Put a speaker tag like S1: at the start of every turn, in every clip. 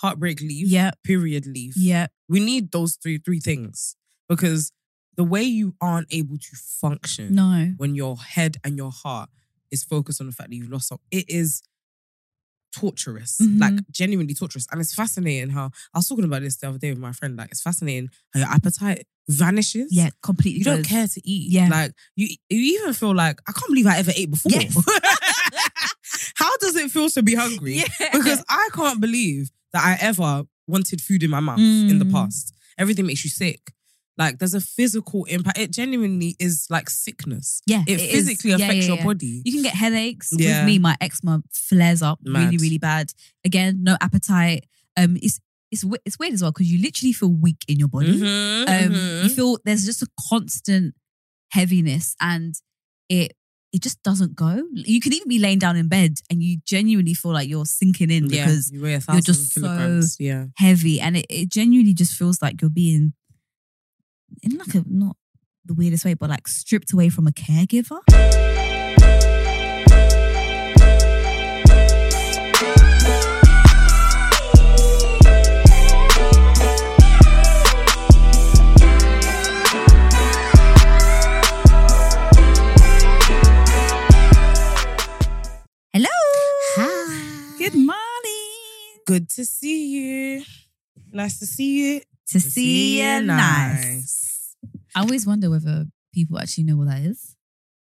S1: heartbreak leave,
S2: Yeah.
S1: period leave.
S2: Yeah.
S1: We need those three three things because the way you aren't able to function
S2: No.
S1: when your head and your heart is focused on the fact that you've lost something, it is torturous,
S2: Mhm.
S1: like genuinely torturous. And it's fascinating how I was talking about this the other day with my friend. Like it's fascinating how your appetite vanishes.
S2: Yeah. Completely.
S1: You don't
S2: goes.
S1: care to eat.
S2: Yeah.
S1: Like you you even feel like, I can't believe I ever ate before.
S2: Yes.
S1: How does it feel to be hungry?
S2: Yeah.
S1: Because I can't believe that I ever wanted food in my mouth in the
S2: Mm.
S1: past. Everything makes you sick. Like there's a physical impact. It genuinely is like sickness.
S2: yeah,
S1: It,
S2: is.
S1: physically
S2: Yeah,
S1: affects
S2: yeah,
S1: your
S2: yeah.
S1: body.
S2: You can get headaches.
S1: Yeah.
S2: With me, my eczema flares up really,
S1: Mad.
S2: really bad. Again, no appetite. Um, it's it's we- it's weird as well because you literally feel weak in your body.
S1: Mhm,
S2: Um,
S1: mhm.
S2: you feel there's just a constant heaviness, and it it just doesn't go. You can even be laying down in bed, and you genuinely feel like you're sinking in
S1: yeah,
S2: because
S1: you weigh a thousand
S2: just so-
S1: kilograms. yeah.
S2: heavy, and it, it genuinely just feels like you're being in like a not the weirdest way, but like stripped away from a caregiver. Hello.
S1: Hi.
S2: Good morning.
S1: Good to see you. Nice to see you.
S2: To
S1: see
S2: see
S1: you
S2: you nice. I always wonder whether people actually know what that is.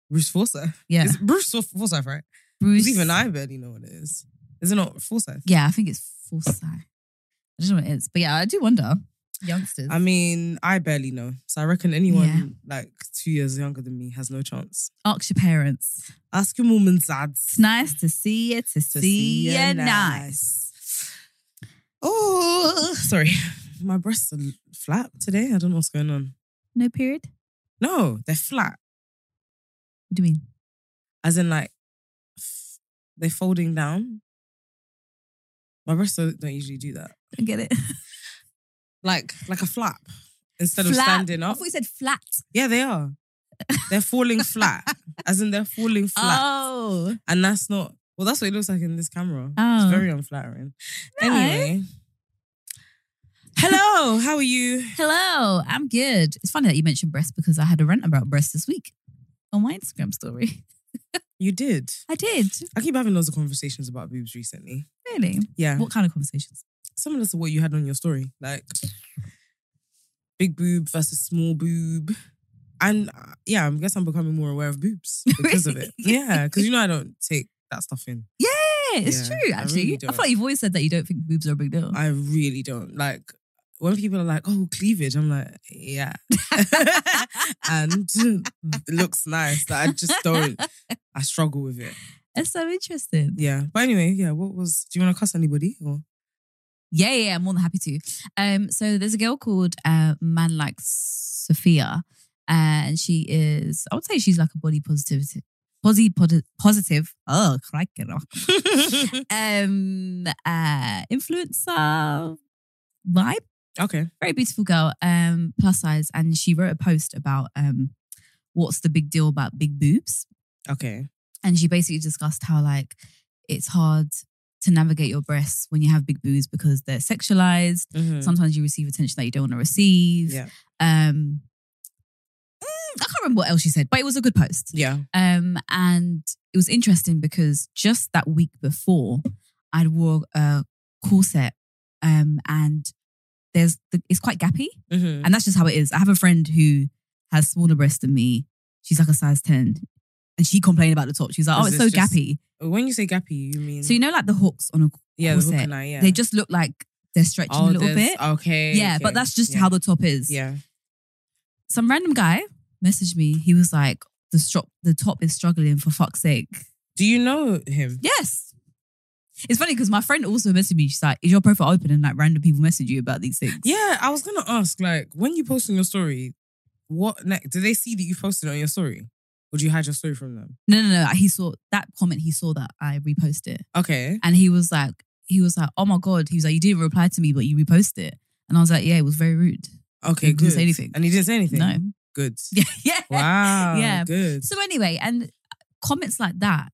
S1: Bruce Forsyth.
S2: Yeah.
S1: It's Bruce Forsyth- Forsyth, right?
S2: Bruce.
S1: Because even I barely know what it is. Is it not Forsyth?
S2: Yeah, I think it's Forsyth. I don't know what it is. But yeah, I do wonder. Youngsters.
S1: I mean, I barely know. So I reckon anyone
S2: Yeah.
S1: like two years younger than me has no chance.
S2: Ask your parents.
S1: Ask your mum and dad
S2: It's nice to see you, to,
S1: to
S2: see, you nice.
S1: Oh, sorry. My breasts are flat today. I don't know what's going on.
S2: No period?
S1: No, they're flat.
S2: What do you mean?
S1: As in, like, f- they're folding down. My breasts don't don't usually do that.
S2: Don't get it.
S1: Like, like a flap instead of
S2: Flap.
S1: standing
S2: I
S1: up.
S2: thought you said flat.
S1: Yeah, they are. They're falling flat. As in, they're falling flat.
S2: Oh.
S1: And that's not well, that's what it looks like in this camera.
S2: Oh.
S1: It's very unflattering.
S2: No.
S1: Anyway. Hello, how are you?
S2: Hello. I'm good. It's funny that you mentioned breasts because I had a rant about breasts this week on my Instagram story.
S1: You did.
S2: I did.
S1: I keep having loads of conversations about boobs recently.
S2: Really?
S1: Yeah.
S2: What kind of conversations?
S1: Similar to what you had on your story. Like big boob versus small boob. And uh, yeah, I guess I'm becoming more aware of boobs because of it.
S2: Really?
S1: Yeah, because you know I don't take that stuff in.
S2: Yeah, it's
S1: Yeah,
S2: true,
S1: I
S2: actually. I,
S1: really
S2: feel like you've always said that you don't think boobs are a big deal.
S1: I really don't. Like when people are like, "Oh, cleavage," I'm like, "Yeah," and it looks nice. Like, I just don't. I struggle with it.
S2: That's so interesting.
S1: Yeah. But anyway, yeah. What was? Do you want to cuss anybody? Or
S2: Yeah, yeah, I'm more than happy to. Um, so there's a girl called uh, Man Like Sophia, uh, and she is, I would say she's like a body positivity, posy pod- positive, oh, crikey, rock. um, uh, influencer vibe.
S1: okay.
S2: Very beautiful girl, um, plus size, and she wrote a post about um, what's the big deal about big boobs.
S1: Okay.
S2: and she basically discussed how like it's hard to navigate your breasts when you have big boobs because they're sexualized.
S1: Mhm.
S2: Sometimes you receive attention that you don't want to receive.
S1: Yeah.
S2: Um, mm, I can't remember what else she said, but it was a good post.
S1: Yeah.
S2: Um, and it was interesting because just that week before, I'd wore a corset, um, and there's the, it's quite gappy.
S1: Mhm.
S2: And that's just how it is. I have a friend who has smaller breasts than me. She's like a size 10. And she complained about the top. She was like, oh,
S1: Is
S2: it's so
S1: this just-
S2: gappy.
S1: When you say gappy, you mean
S2: So, you know, like the hooks on a
S1: yeah, the hook
S2: corset,
S1: and eye, yeah.
S2: they just look like they're stretching
S1: Oh,
S2: a little
S1: there's-
S2: bit.
S1: Okay.
S2: yeah,
S1: okay.
S2: but that's just
S1: Yeah.
S2: how the top is.
S1: Yeah.
S2: Some random guy messaged me. He was like, the, strop, the top is struggling for fuck's sake.
S1: Do you know him?
S2: Yes. It's funny because my friend also messaged me. She's like, "Is your profile open?" And like random people message you about these things.
S1: Yeah, I was gonna ask, like, when you post on your story, what like do they see that you posted it on your story? Or do you hide your story from them?
S2: No, no, no. He saw that comment. He saw that I repost it,
S1: Okay.
S2: and he was like, he was like, "Oh my god!" He was like, "You didn't reply to me, but you repost it." And I was like, "Yeah, it was very rude."
S1: Okay,
S2: He didn't
S1: good.
S2: say anything.
S1: And he didn't say anything.
S2: No.
S1: Good.
S2: Yeah, yeah.
S1: Wow.
S2: Yeah.
S1: Good.
S2: So anyway, and comments like that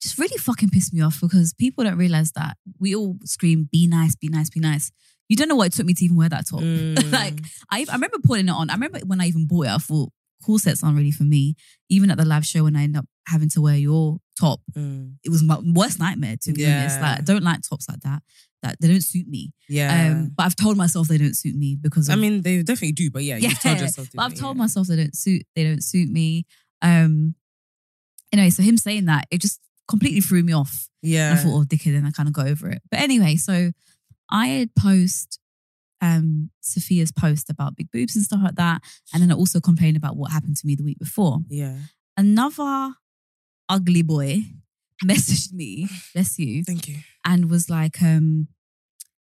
S2: just really fucking piss me off because people don't realize that we all scream, "Be nice, be nice, be nice." You don't know what it took me to even wear that top.
S1: Mm.
S2: like I, I remember putting it on. I remember when I even bought it, I thought corsets aren't really for me. Even at the live show, when I end up having to wear your top,
S1: Mm.
S2: it was my worst nightmare to be honest.
S1: Yeah.
S2: Like I don't like tops like that. That they don't suit me.
S1: yeah.
S2: Um, but I've told myself they don't suit me because
S1: I
S2: of-
S1: mean, they definitely do, but yeah, you've told
S2: Yeah,
S1: yourself.
S2: but I've
S1: didn't
S2: told
S1: you?
S2: myself they don't suit they don't suit me. Um, anyway, so him saying that it just completely threw me off.
S1: Yeah.
S2: And I thought, oh, dickhead, and I kind of got over it. But anyway, so I had post um, Sophia's post about big boobs and stuff like that. And then I also complained about what happened to me the week before.
S1: yeah.
S2: Another ugly boy messaged me, bless you,
S1: Thank you.
S2: and was like, um,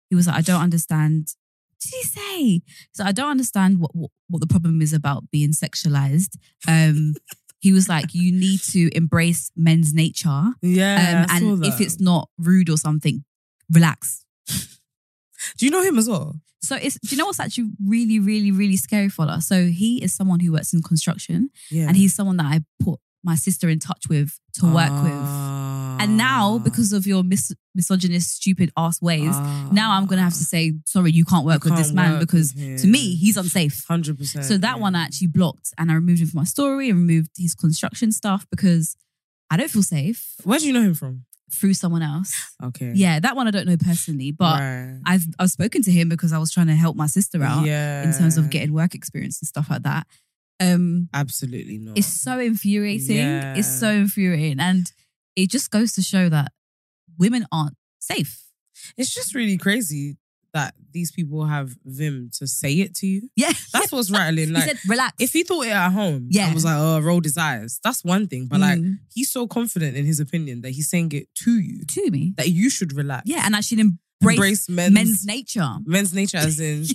S2: he was like, I don't understand. What did he say? So I don't understand what, what, what the problem is about being sexualized. Um, he was like, you need to embrace men's nature.
S1: Yeah.
S2: Um,
S1: I saw
S2: and
S1: that.
S2: if it's not rude or something, relax.
S1: do you know him as well?
S2: So it's do you know what's actually really, really, really scary for us? So he is someone who works in construction
S1: Yeah.
S2: and he's someone that I put my sister in touch with to work with.
S1: Ah.
S2: And now, because of your mis- misogynist, stupid ass ways,
S1: Ah.
S2: now I'm gonna have to say, sorry, you can't work with this man because to me, he's unsafe.
S1: hundred percent.
S2: So that one I actually blocked and I removed him from my story and removed his construction stuff because I don't feel safe
S1: Where do you know him from?
S2: through someone else.
S1: Okay.
S2: Yeah, that one I don't know personally, but
S1: Right.
S2: I've I've spoken to him because I was trying to help my sister out
S1: yeah.
S2: in terms of getting work experience and stuff like that. Um,
S1: Absolutely not.
S2: it's so infuriating.
S1: Oh. Yeah.
S2: It's so infuriating, and it just goes to show that women aren't safe.
S1: It's just really crazy that these people have vim to say it to you.
S2: Yeah,
S1: That's what's rattling. Like
S2: he said, relax.
S1: if he thought it at home,
S2: Yeah.
S1: and was like, oh, rolled his eyes. That's one thing. But like
S2: Mm,
S1: he's so confident in his opinion that he's saying it to you
S2: to me,
S1: that you should relax.
S2: yeah, and I should embrace,
S1: Embrace men's
S2: men's, nature.
S1: men's nature as in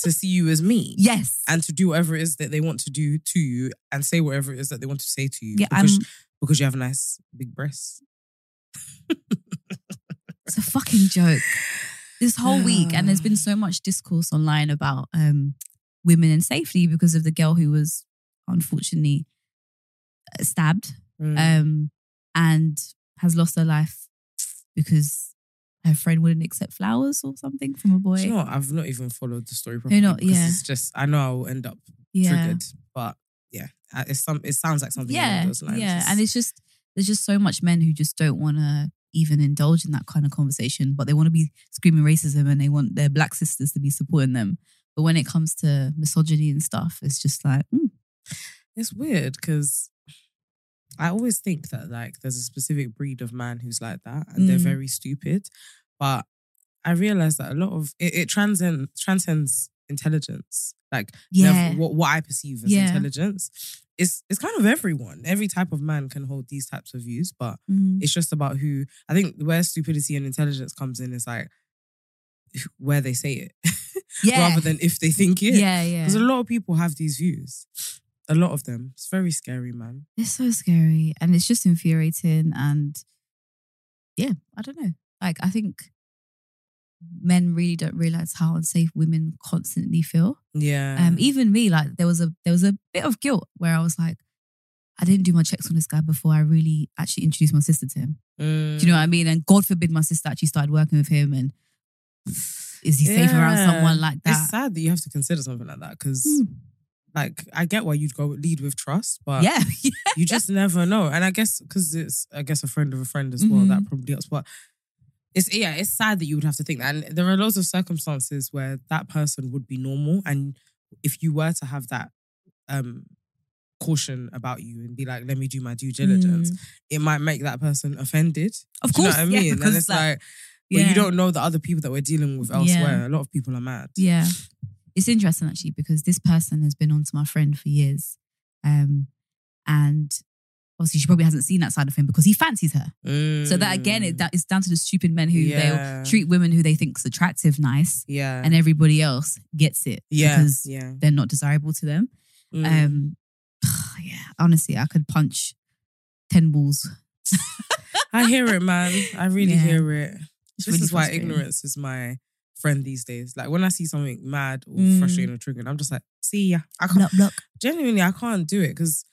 S1: to see you as me.
S2: Yes,
S1: And to do whatever it is that they want to do to you and say whatever it is that they want to say to you.
S2: yeah, um, I'm.
S1: because, because you have nice big breasts.
S2: It's a fucking joke. This whole week, and there's been so much discourse online about um, women and safety because of the girl who was unfortunately uh, stabbed
S1: Mm.
S2: um, and has lost her life because her friend wouldn't accept flowers or something from a boy.
S1: Do you know what? I've not even followed the story properly.
S2: not-
S1: because
S2: yeah.
S1: It's just I know I will end up
S2: yeah,
S1: triggered, but yeah, I- it's some. It sounds like something
S2: yeah,
S1: along those lines.
S2: yeah. And it's just there's just so much men who just don't want to even indulge in that kind of conversation, but they want to be screaming racism and they want their black sisters to be supporting them. But when it comes to misogyny and stuff, it's just like, mm,
S1: it's weird because I always think that like there's a specific breed of man who's like that, and they're
S2: Mm.
S1: very stupid. But I realize that a lot of it, it transcends transcends intelligence. Like lev-
S2: yeah,
S1: what what I perceive as
S2: Yeah.
S1: intelligence. It's it's kind of everyone. Every type of man can hold these types of views, but
S2: Mm.
S1: It's just about who I think where stupidity and intelligence comes in is like where they say it
S2: yeah,
S1: rather than if they think it.
S2: yeah, yeah.
S1: Because a lot of people have these views. A lot of them. It's very scary, man.
S2: It's so scary and it's just infuriating. And yeah, I don't know. Like, I think men really don't realize how unsafe women constantly feel.
S1: Yeah.
S2: Um, even me, like, there was a there was a bit of guilt where I was like, I didn't do my checks on this guy before I really actually introduced my sister to him.
S1: Mm.
S2: Do you know what I mean? And God forbid my sister actually started working with him. And is he safe around
S1: Yeah.
S2: someone like
S1: It's
S2: that?
S1: sad that you have to consider something like that because,
S2: Mm.
S1: like, I get why you'd go lead with trust, but
S2: Yeah,
S1: you just never know. And I guess because it's, I guess, a friend of a friend as well.
S2: Mhm.
S1: That probably helps. But it's yeah, it's sad that you would have to think that. And there are loads of circumstances where that person would be normal, and if you were to have that um caution about you and be like, "Let me do my due diligence,"
S2: Mm.
S1: it might make that person offended.
S2: Of
S1: Do you know
S2: course,
S1: what I
S2: yeah,
S1: mean?
S2: because
S1: and it's
S2: like-
S1: like. well,
S2: yeah.
S1: you don't know the other people that we're dealing with elsewhere. A lot of people are mad.
S2: Yeah. It's interesting actually because this person has been onto my friend for years. Um, and obviously she probably hasn't seen that side of him because he fancies her. So that again,
S1: Mm.
S2: it, that is down to the stupid men who
S1: Yeah.
S2: they'll treat women who they think's attractive, nice,
S1: yeah,
S2: and everybody else gets it
S1: yeah,
S2: because
S1: yeah.
S2: they're not desirable to them.
S1: Mm.
S2: Um, yeah, honestly, I could punch ten walls.
S1: I hear it, man. I really
S2: Yeah.
S1: hear it. this
S2: It's really
S1: is why
S2: frustrating.
S1: ignorance is my friend these days. Like when I see something mad or
S2: Mm.
S1: frustrating or triggering, I'm just like, see ya. I can't
S2: Look, look.
S1: genuinely I can't do it because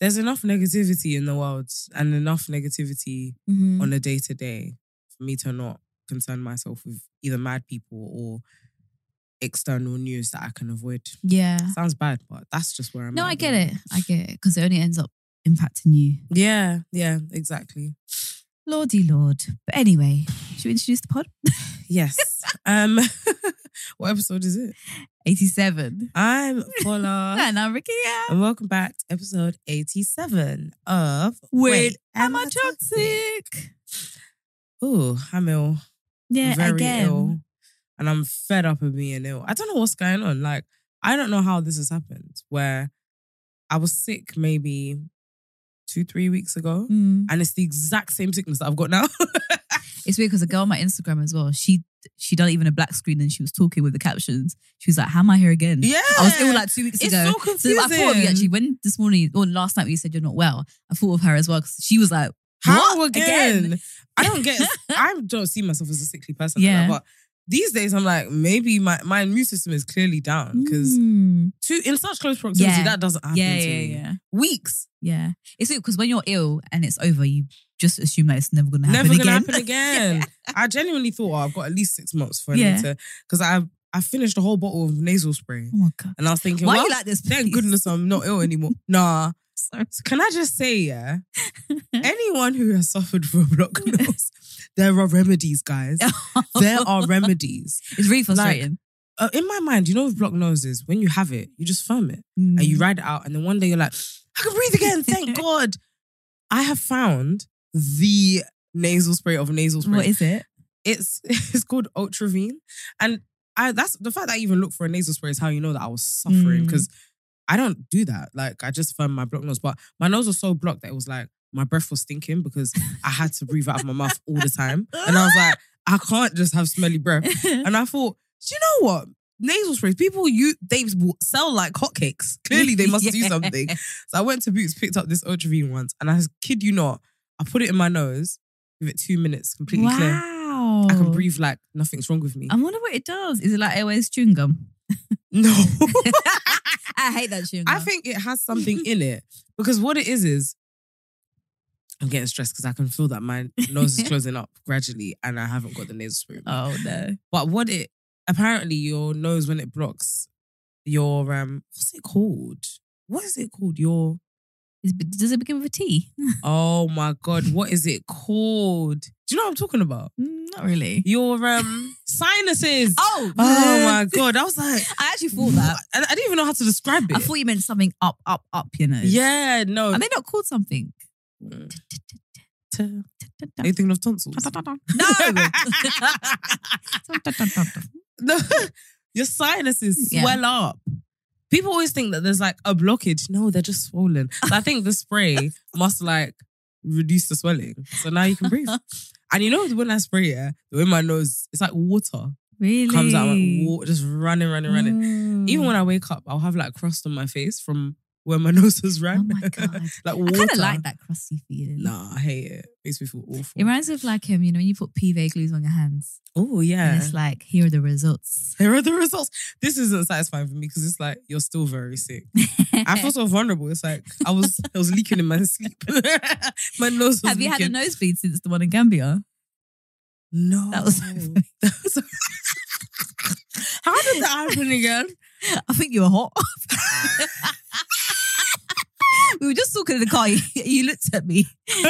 S1: there's enough negativity in the world and enough negativity
S2: Mhm.
S1: on a day to day for me to not concern myself with either mad people or external news that I can avoid.
S2: Yeah.
S1: Sounds bad, but that's just where I'm
S2: Uh-huh.
S1: at
S2: No, I
S1: at the
S2: get
S1: moment.
S2: it. I get it because it only ends up impacting you.
S1: Yeah, yeah, exactly.
S2: Lordy Lord. But anyway, should we introduce the pod?
S1: Yes. um what episode is it?
S2: 87.
S1: I'm Paula.
S2: And I'm Ricky. yeah.
S1: And welcome back to episode 87 of
S2: Wait,
S1: Am I
S2: toxic?
S1: Ooh, I'm ill.
S2: Yeah,
S1: very
S2: again.
S1: ill. And I'm fed up of being ill. I don't know what's going on. Like, I don't know how this has happened where I was sick maybe two, three weeks ago.
S2: Mm.
S1: And it's the exact same sickness that I've got now.
S2: It's weird because a girl on my Instagram as well, she she done even a black screen and she was talking with the captions. She was like, How am I here again?
S1: yeah.
S2: I was ill like two weeks
S1: it's
S2: ago.
S1: so
S2: So
S1: confusing.
S2: I thought of you actually when this morning or last night when you said you're not well, I thought of her as well because she was like,
S1: How
S2: What?
S1: again?
S2: Again?
S1: I don't get. I don't see myself as a sickly person.
S2: Yeah.
S1: Yeah. but these days, I'm like, maybe my, my immune system is clearly down because
S2: "Mm,
S1: two in such close proximity,
S2: Yeah.
S1: that doesn't happen
S2: yeah,
S1: to
S2: yeah,
S1: me.
S2: yeah,
S1: Weeks,
S2: yeah. It's because when you're ill and it's over, you just assume that it's never gonna happen
S1: never
S2: again.
S1: gonna happen again. I genuinely thought, oh, I've got at least six months for
S2: Yeah.
S1: yeah. to because I I finished a whole bottle of nasal spray,
S2: oh my god.
S1: and I was thinking,
S2: Why
S1: well,
S2: you like this?
S1: thank
S2: please?
S1: goodness I'm not ill anymore. nah,
S2: Sorry.
S1: can I just say, yeah, anyone who has suffered from block nose, there are remedies, guys. There are remedies.
S2: it's really frustrating.
S1: Uh, in my mind, you know, with block noses, when you have it, you just firm it.
S2: Mm.
S1: and you ride it out, and then one day you're like, I can breathe again, thank God. I have found the nasal spray of nasal spray.
S2: What is it?
S1: it's it's called Ultravine, and I that's the fact that I even looked for a nasal spray is how you know that I was suffering
S2: Mm.
S1: because I don't do that. Like I just firm my blocked nose, but my nose was so blocked that it was like my breath was stinking because I had to breathe out of my mouth all the time, and I was like, I can't just have smelly breath. And I thought, do you know what? Nasal sprays, people you they will sell like hotcakes. Clearly, they must do
S2: Yeah.
S1: something. So I went to Boots, picked up this Ultravine once, and I kid you not, I put it in my nose, give it two minutes, completely clear.
S2: Wow.
S1: I can breathe like nothing's wrong with me.
S2: I wonder what it does. Is it like airways chewing gum?
S1: no,
S2: I hate that chewing gum.
S1: I think it has something in it because what it is is I'm getting stressed because I can feel that my nose is closing up gradually, and I haven't got the nasal spray.
S2: Oh no.
S1: But what it apparently your nose when it blocks your um what's it called? What is it called? Your
S2: Is, does it begin with a T? Mm,
S1: oh my god, what is it called? Do you know what I'm talking about?
S2: Not really.
S1: Your um sinuses.
S2: Oh.
S1: Oh my god, I was like
S2: I actually thought that.
S1: I, I didn't even know how to describe it.
S2: I thought you meant something up, up, up. You know.
S1: yeah, no.
S2: Are they not called something?
S1: Mm. Are you thinking of tonsils?
S2: No.
S1: No. Your sinuses
S2: Yeah.
S1: swell up. People always think that there's like a blockage. No, they're just swollen. So I think the spray must like reduce the swelling. So now you can breathe. And you know when I spray it, the way my nose, it's like water
S2: really.
S1: comes out, like water just running, running, running.
S2: Mm.
S1: Even when I wake up, I'll have like crust on my face from where my nose has
S2: Oh
S1: run.
S2: my god.
S1: like
S2: I
S1: water.
S2: kind of like that crusty feeling.
S1: Nah, I hate it. Makes me feel
S2: It
S1: awful.
S2: reminds me of like um, you know, when you put PVA glues on your hands,
S1: Oh
S2: and
S1: yeah.
S2: it's like, here are the results.
S1: Here are the results. This isn't satisfying for me because it's like you're still very sick. I feel so vulnerable. It's like I was I was leaking in my sleep. my nose was
S2: Have you had a
S1: leaking.
S2: nosebleed since the one in Gambia?
S1: no.
S2: That was-
S1: How did that happen again?
S2: I think you were hot. we were just talking in the car. You, you looked at me,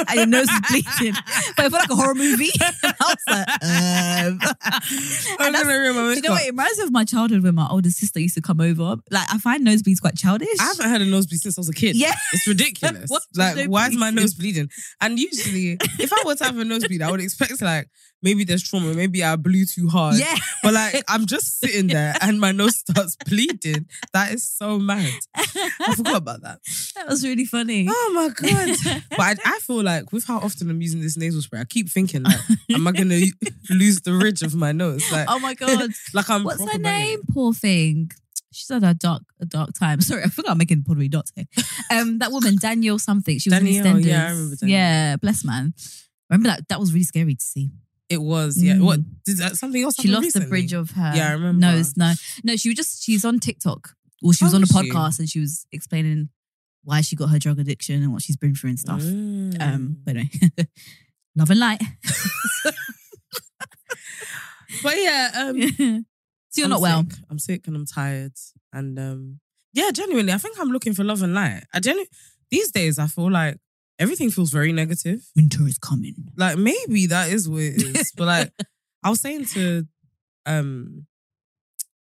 S2: and your nose was bleeding. But it felt like a horror movie. And I was like, um.
S1: I'm
S2: And that's-
S1: gonna ruin my
S2: Do you know what?
S1: makeup.
S2: It reminds me of my childhood when my older sister used to come over. Like, I find nosebleeds quite childish.
S1: I haven't had a nosebleed since I was a kid.
S2: Yeah.
S1: It's ridiculous.
S2: What?
S1: like,
S2: No
S1: why is my
S2: bleeding.
S1: nose bleeding? And usually, if I were to have a nosebleed, I would expect like maybe there's trauma, maybe I blew too hard.
S2: Yeah.
S1: But like I'm just sitting there and my nose starts bleeding. That is so mad. I forgot about that.
S2: That was really funny.
S1: Oh my god! but I, I feel like with how often I'm using this nasal spray, I keep thinking like, am I gonna lose the ridge of my nose? Like,
S2: Oh my god.
S1: like I'm.
S2: What's
S1: proper
S2: her
S1: banging.
S2: name? Poor thing. She's had a dark, a dark time. Sorry, I forgot I'm making pottery dots here. Um, that woman, Danielle something. She was
S1: Danielle,
S2: in EastEnders.
S1: yeah, I remember Danielle.
S2: Yeah, bless man. Remember that? That was really scary to see.
S1: It was yeah. What
S2: Mm.
S1: did that, something else?
S2: She
S1: happen
S2: lost
S1: recently?
S2: the bridge of her.
S1: Yeah, I remember.
S2: Nose, no, no. She was just. She's on TikTok. Or she was
S1: Oh,
S2: on a
S1: is she?
S2: podcast and she was explaining why she got her drug addiction and what she's been through and stuff.
S1: Mm.
S2: Um, but anyway, love and light.
S1: but yeah,
S2: so
S1: um,
S2: you're
S1: I'm
S2: not well.
S1: sick. I'm sick and I'm tired. And um, yeah, genuinely, I think I'm looking for love and light. I genu- these days I feel like everything feels very negative.
S2: Winter is coming.
S1: Like maybe that is what it is. but like I was saying to um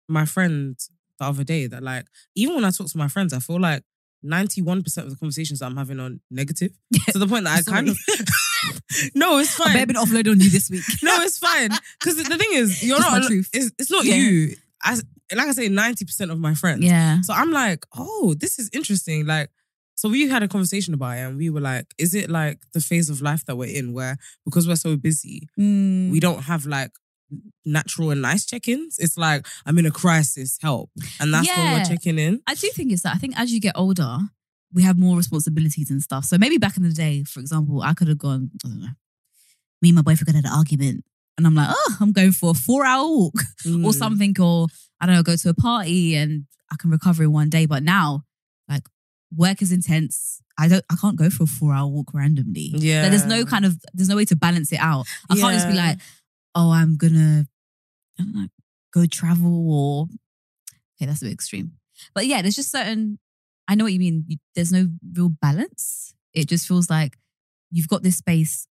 S1: my friend the other day that like even when I talk to my friends, I feel like 91% of the conversations I'm having are negative. To the point that I kind of No, it's
S2: I
S1: fine.
S2: better been offloaded on you this week.
S1: No, it's fine. Because the thing is, you're
S2: Just
S1: not.
S2: my truth.
S1: It's, it's not
S2: Yeah.
S1: you. I, like I say, ninety percent of my friends.
S2: yeah.
S1: So I'm like, oh, this is interesting. Like, so we had a conversation about it, and we were like, is it like the phase of life that we're in, where because we're so busy,
S2: Mm.
S1: we don't have like natural and nice check-ins. It's like I'm in a crisis, help, and that's when
S2: Yeah.
S1: we're checking in.
S2: I do think it's that. I think as you get older, we have more responsibilities and stuff. So maybe back in the day, for example, I could have gone, I don't know, me and my boyfriend had an argument. And I'm like, oh, I'm going for a four hour walk or
S1: Mm.
S2: something, or I don't know, go to a party and I can recover in one day. But now, like, work is intense. I don't, I can't go for a four hour walk randomly.
S1: Yeah.
S2: Like, there's no kind of, there's no way to balance it out. I can't just be
S1: Yeah.
S2: like, oh, I'm gonna I don't know, go travel or okay, that's a bit extreme. But yeah, there's just certain. I know what you mean. You, there's no real balance. It just feels like you've got this space,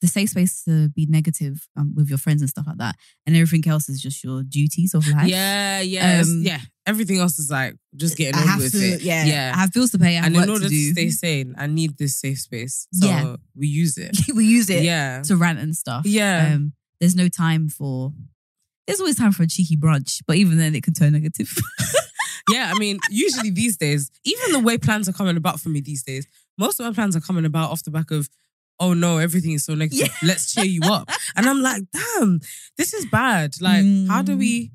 S2: the safe space to be negative um, with your friends and stuff like that, and everything else is just your duties of life.
S1: Yeah, yeah, it's-
S2: Um,
S1: yeah. Everything else is like just getting
S2: I
S1: on
S2: have
S1: with
S2: to.
S1: it.
S2: Yeah,
S1: yeah.
S2: I have bills to pay. I have
S1: and
S2: work
S1: in order
S2: to
S1: to,
S2: do.
S1: stay sane, I need this safe space. So
S2: Yeah.
S1: we use it.
S2: we use it
S1: Yeah.
S2: to rant and stuff.
S1: Yeah.
S2: Um, there's no time for. There's always time for a cheeky brunch, but even then, it can turn negative.
S1: Yeah. I mean, usually these days, even the way plans are coming about for me these days, most of my plans are coming about off the back of, oh no, everything is so negative. Let's cheer you up. And I'm like, damn, this is bad. Like, how do
S2: Mm.
S1: we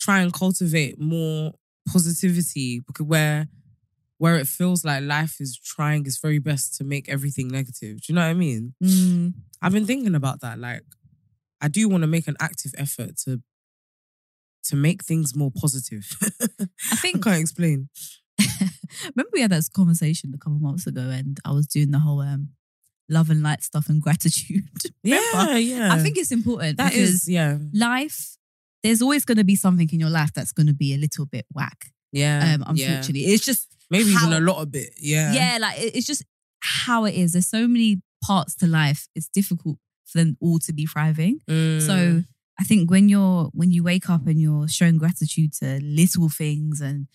S1: try and cultivate more positivity? Because where where it feels like life is trying its very best to make everything negative. Do you know what I mean?
S2: Mm.
S1: I've been thinking about that. Like, I do want to make an active effort to to make things more positive.
S2: I
S1: I
S2: think
S1: can't explain.
S2: remember we had this conversation a couple months ago, and I was doing the whole um, love and light stuff and gratitude. Remember?
S1: Yeah, yeah.
S2: I think it's important
S1: Uh, that
S2: because
S1: is yeah,
S2: life. There's always going to be something in your life that's going to be a little bit whack.
S1: yeah.
S2: Um,
S1: Uh, yeah.
S2: unfortunately, it's just
S1: maybe
S2: how-
S1: even a lot of it. Yeah,
S2: yeah, like it- it's just how it is. There's so many parts to life. It's difficult for them all to be thriving.
S1: Mm.
S2: So I think when you're when you wake up and you're showing gratitude to little things and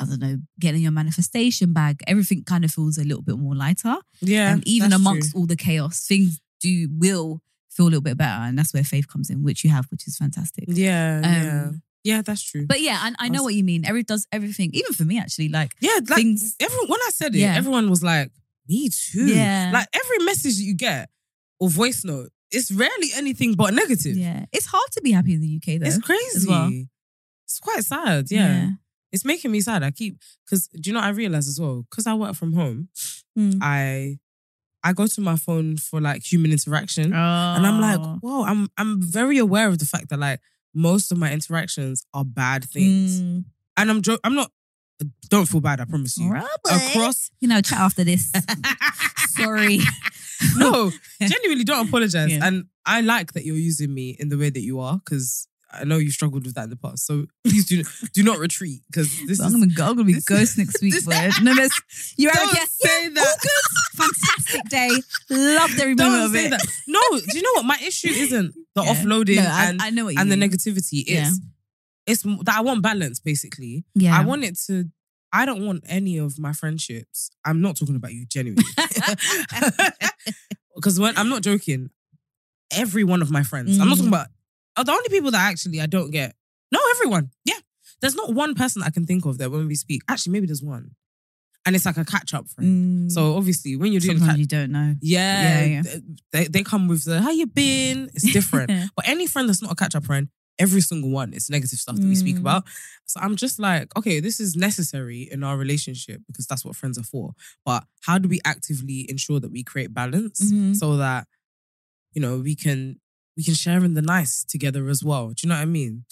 S2: I don't know, getting your manifestation bag, everything kind of feels a little bit more lighter.
S1: yeah,
S2: and um, even
S1: that's
S2: amongst
S1: true.
S2: all the chaos, things do will feel a little bit better. And that's where faith comes in, which you have, which is fantastic.
S1: yeah, yeah,
S2: Um,
S1: yeah, Mm. that's true.
S2: But yeah, I, I know what you mean. Every does everything, even for me actually, like
S1: yeah, like
S2: things
S1: everyone when I said it,
S2: Yeah.
S1: everyone was like, "Me too."
S2: Yeah.
S1: like every message that you get or voice note, it's rarely anything but negative.
S2: Yeah. It's hard to be happy in the UK though.
S1: It's crazy.
S2: well.
S1: It's quite sad. yeah. it's making me sad. I keep because do you know what I realize as well because I work from home.
S2: Mm.
S1: I I go to my phone for like human interaction,
S2: Oh.
S1: and I'm like, whoa, I'm I'm very aware of the fact that like most of my interactions are bad things,
S2: Mm.
S1: and I'm jo- I'm not. Don't feel bad. I promise you.
S2: Robert.
S1: Across
S2: you know, chat after this. Sorry.
S1: no, genuinely don't apologize.
S2: Yeah.
S1: And I like that you're using me in the way that you are because I know you've struggled with that in the past. So please do do not retreat because this
S2: I'm
S1: is
S2: gonna go. I'm gonna be
S1: this-
S2: ghost next week.
S1: this-
S2: but no, that's you are
S1: Don't say that.
S2: Fantastic day. Loved every moment
S1: Don't
S2: of
S1: say
S2: it.
S1: that. No, do you know what? My issue isn't the
S2: Yeah.
S1: offloading
S2: No, I,
S1: and,
S2: I know what you
S1: and the
S2: mean.
S1: negativity. It's
S2: Yeah.
S1: it's m- that I want balance basically.
S2: yeah.
S1: I want it to I don't want any of my friendships. I'm not talking about you genuinely. Because when I'm not joking, every one of my friends, I'm not
S2: Mm.
S1: talking about are the only people that actually I don't get. No, everyone. Yeah. There's not one person I can think of that when we speak. Actually, maybe there's one. and it's like a catch up friend.
S2: Mm,
S1: So obviously, when you're doing
S2: sometimes
S1: catch,
S2: you don't know.
S1: yeah,
S2: Yeah, yeah.
S1: th- They, they come with the how you been. It's different. But any friend that's not a catch up friend, every single one, it's negative stuff that we speak
S2: Mm.
S1: about. So I'm just like, okay, this is necessary in our relationship because that's what friends are for. But how do we actively ensure that we create balance
S2: Mhm.
S1: so that, you know, we can we can share in the nice together as well. Do you know what I mean?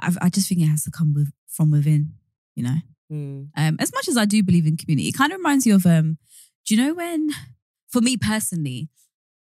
S2: I, I just think it has to come with, from within, you know. Um, as much as I do believe in community, it kind of reminds me of um, do you know when, for me personally,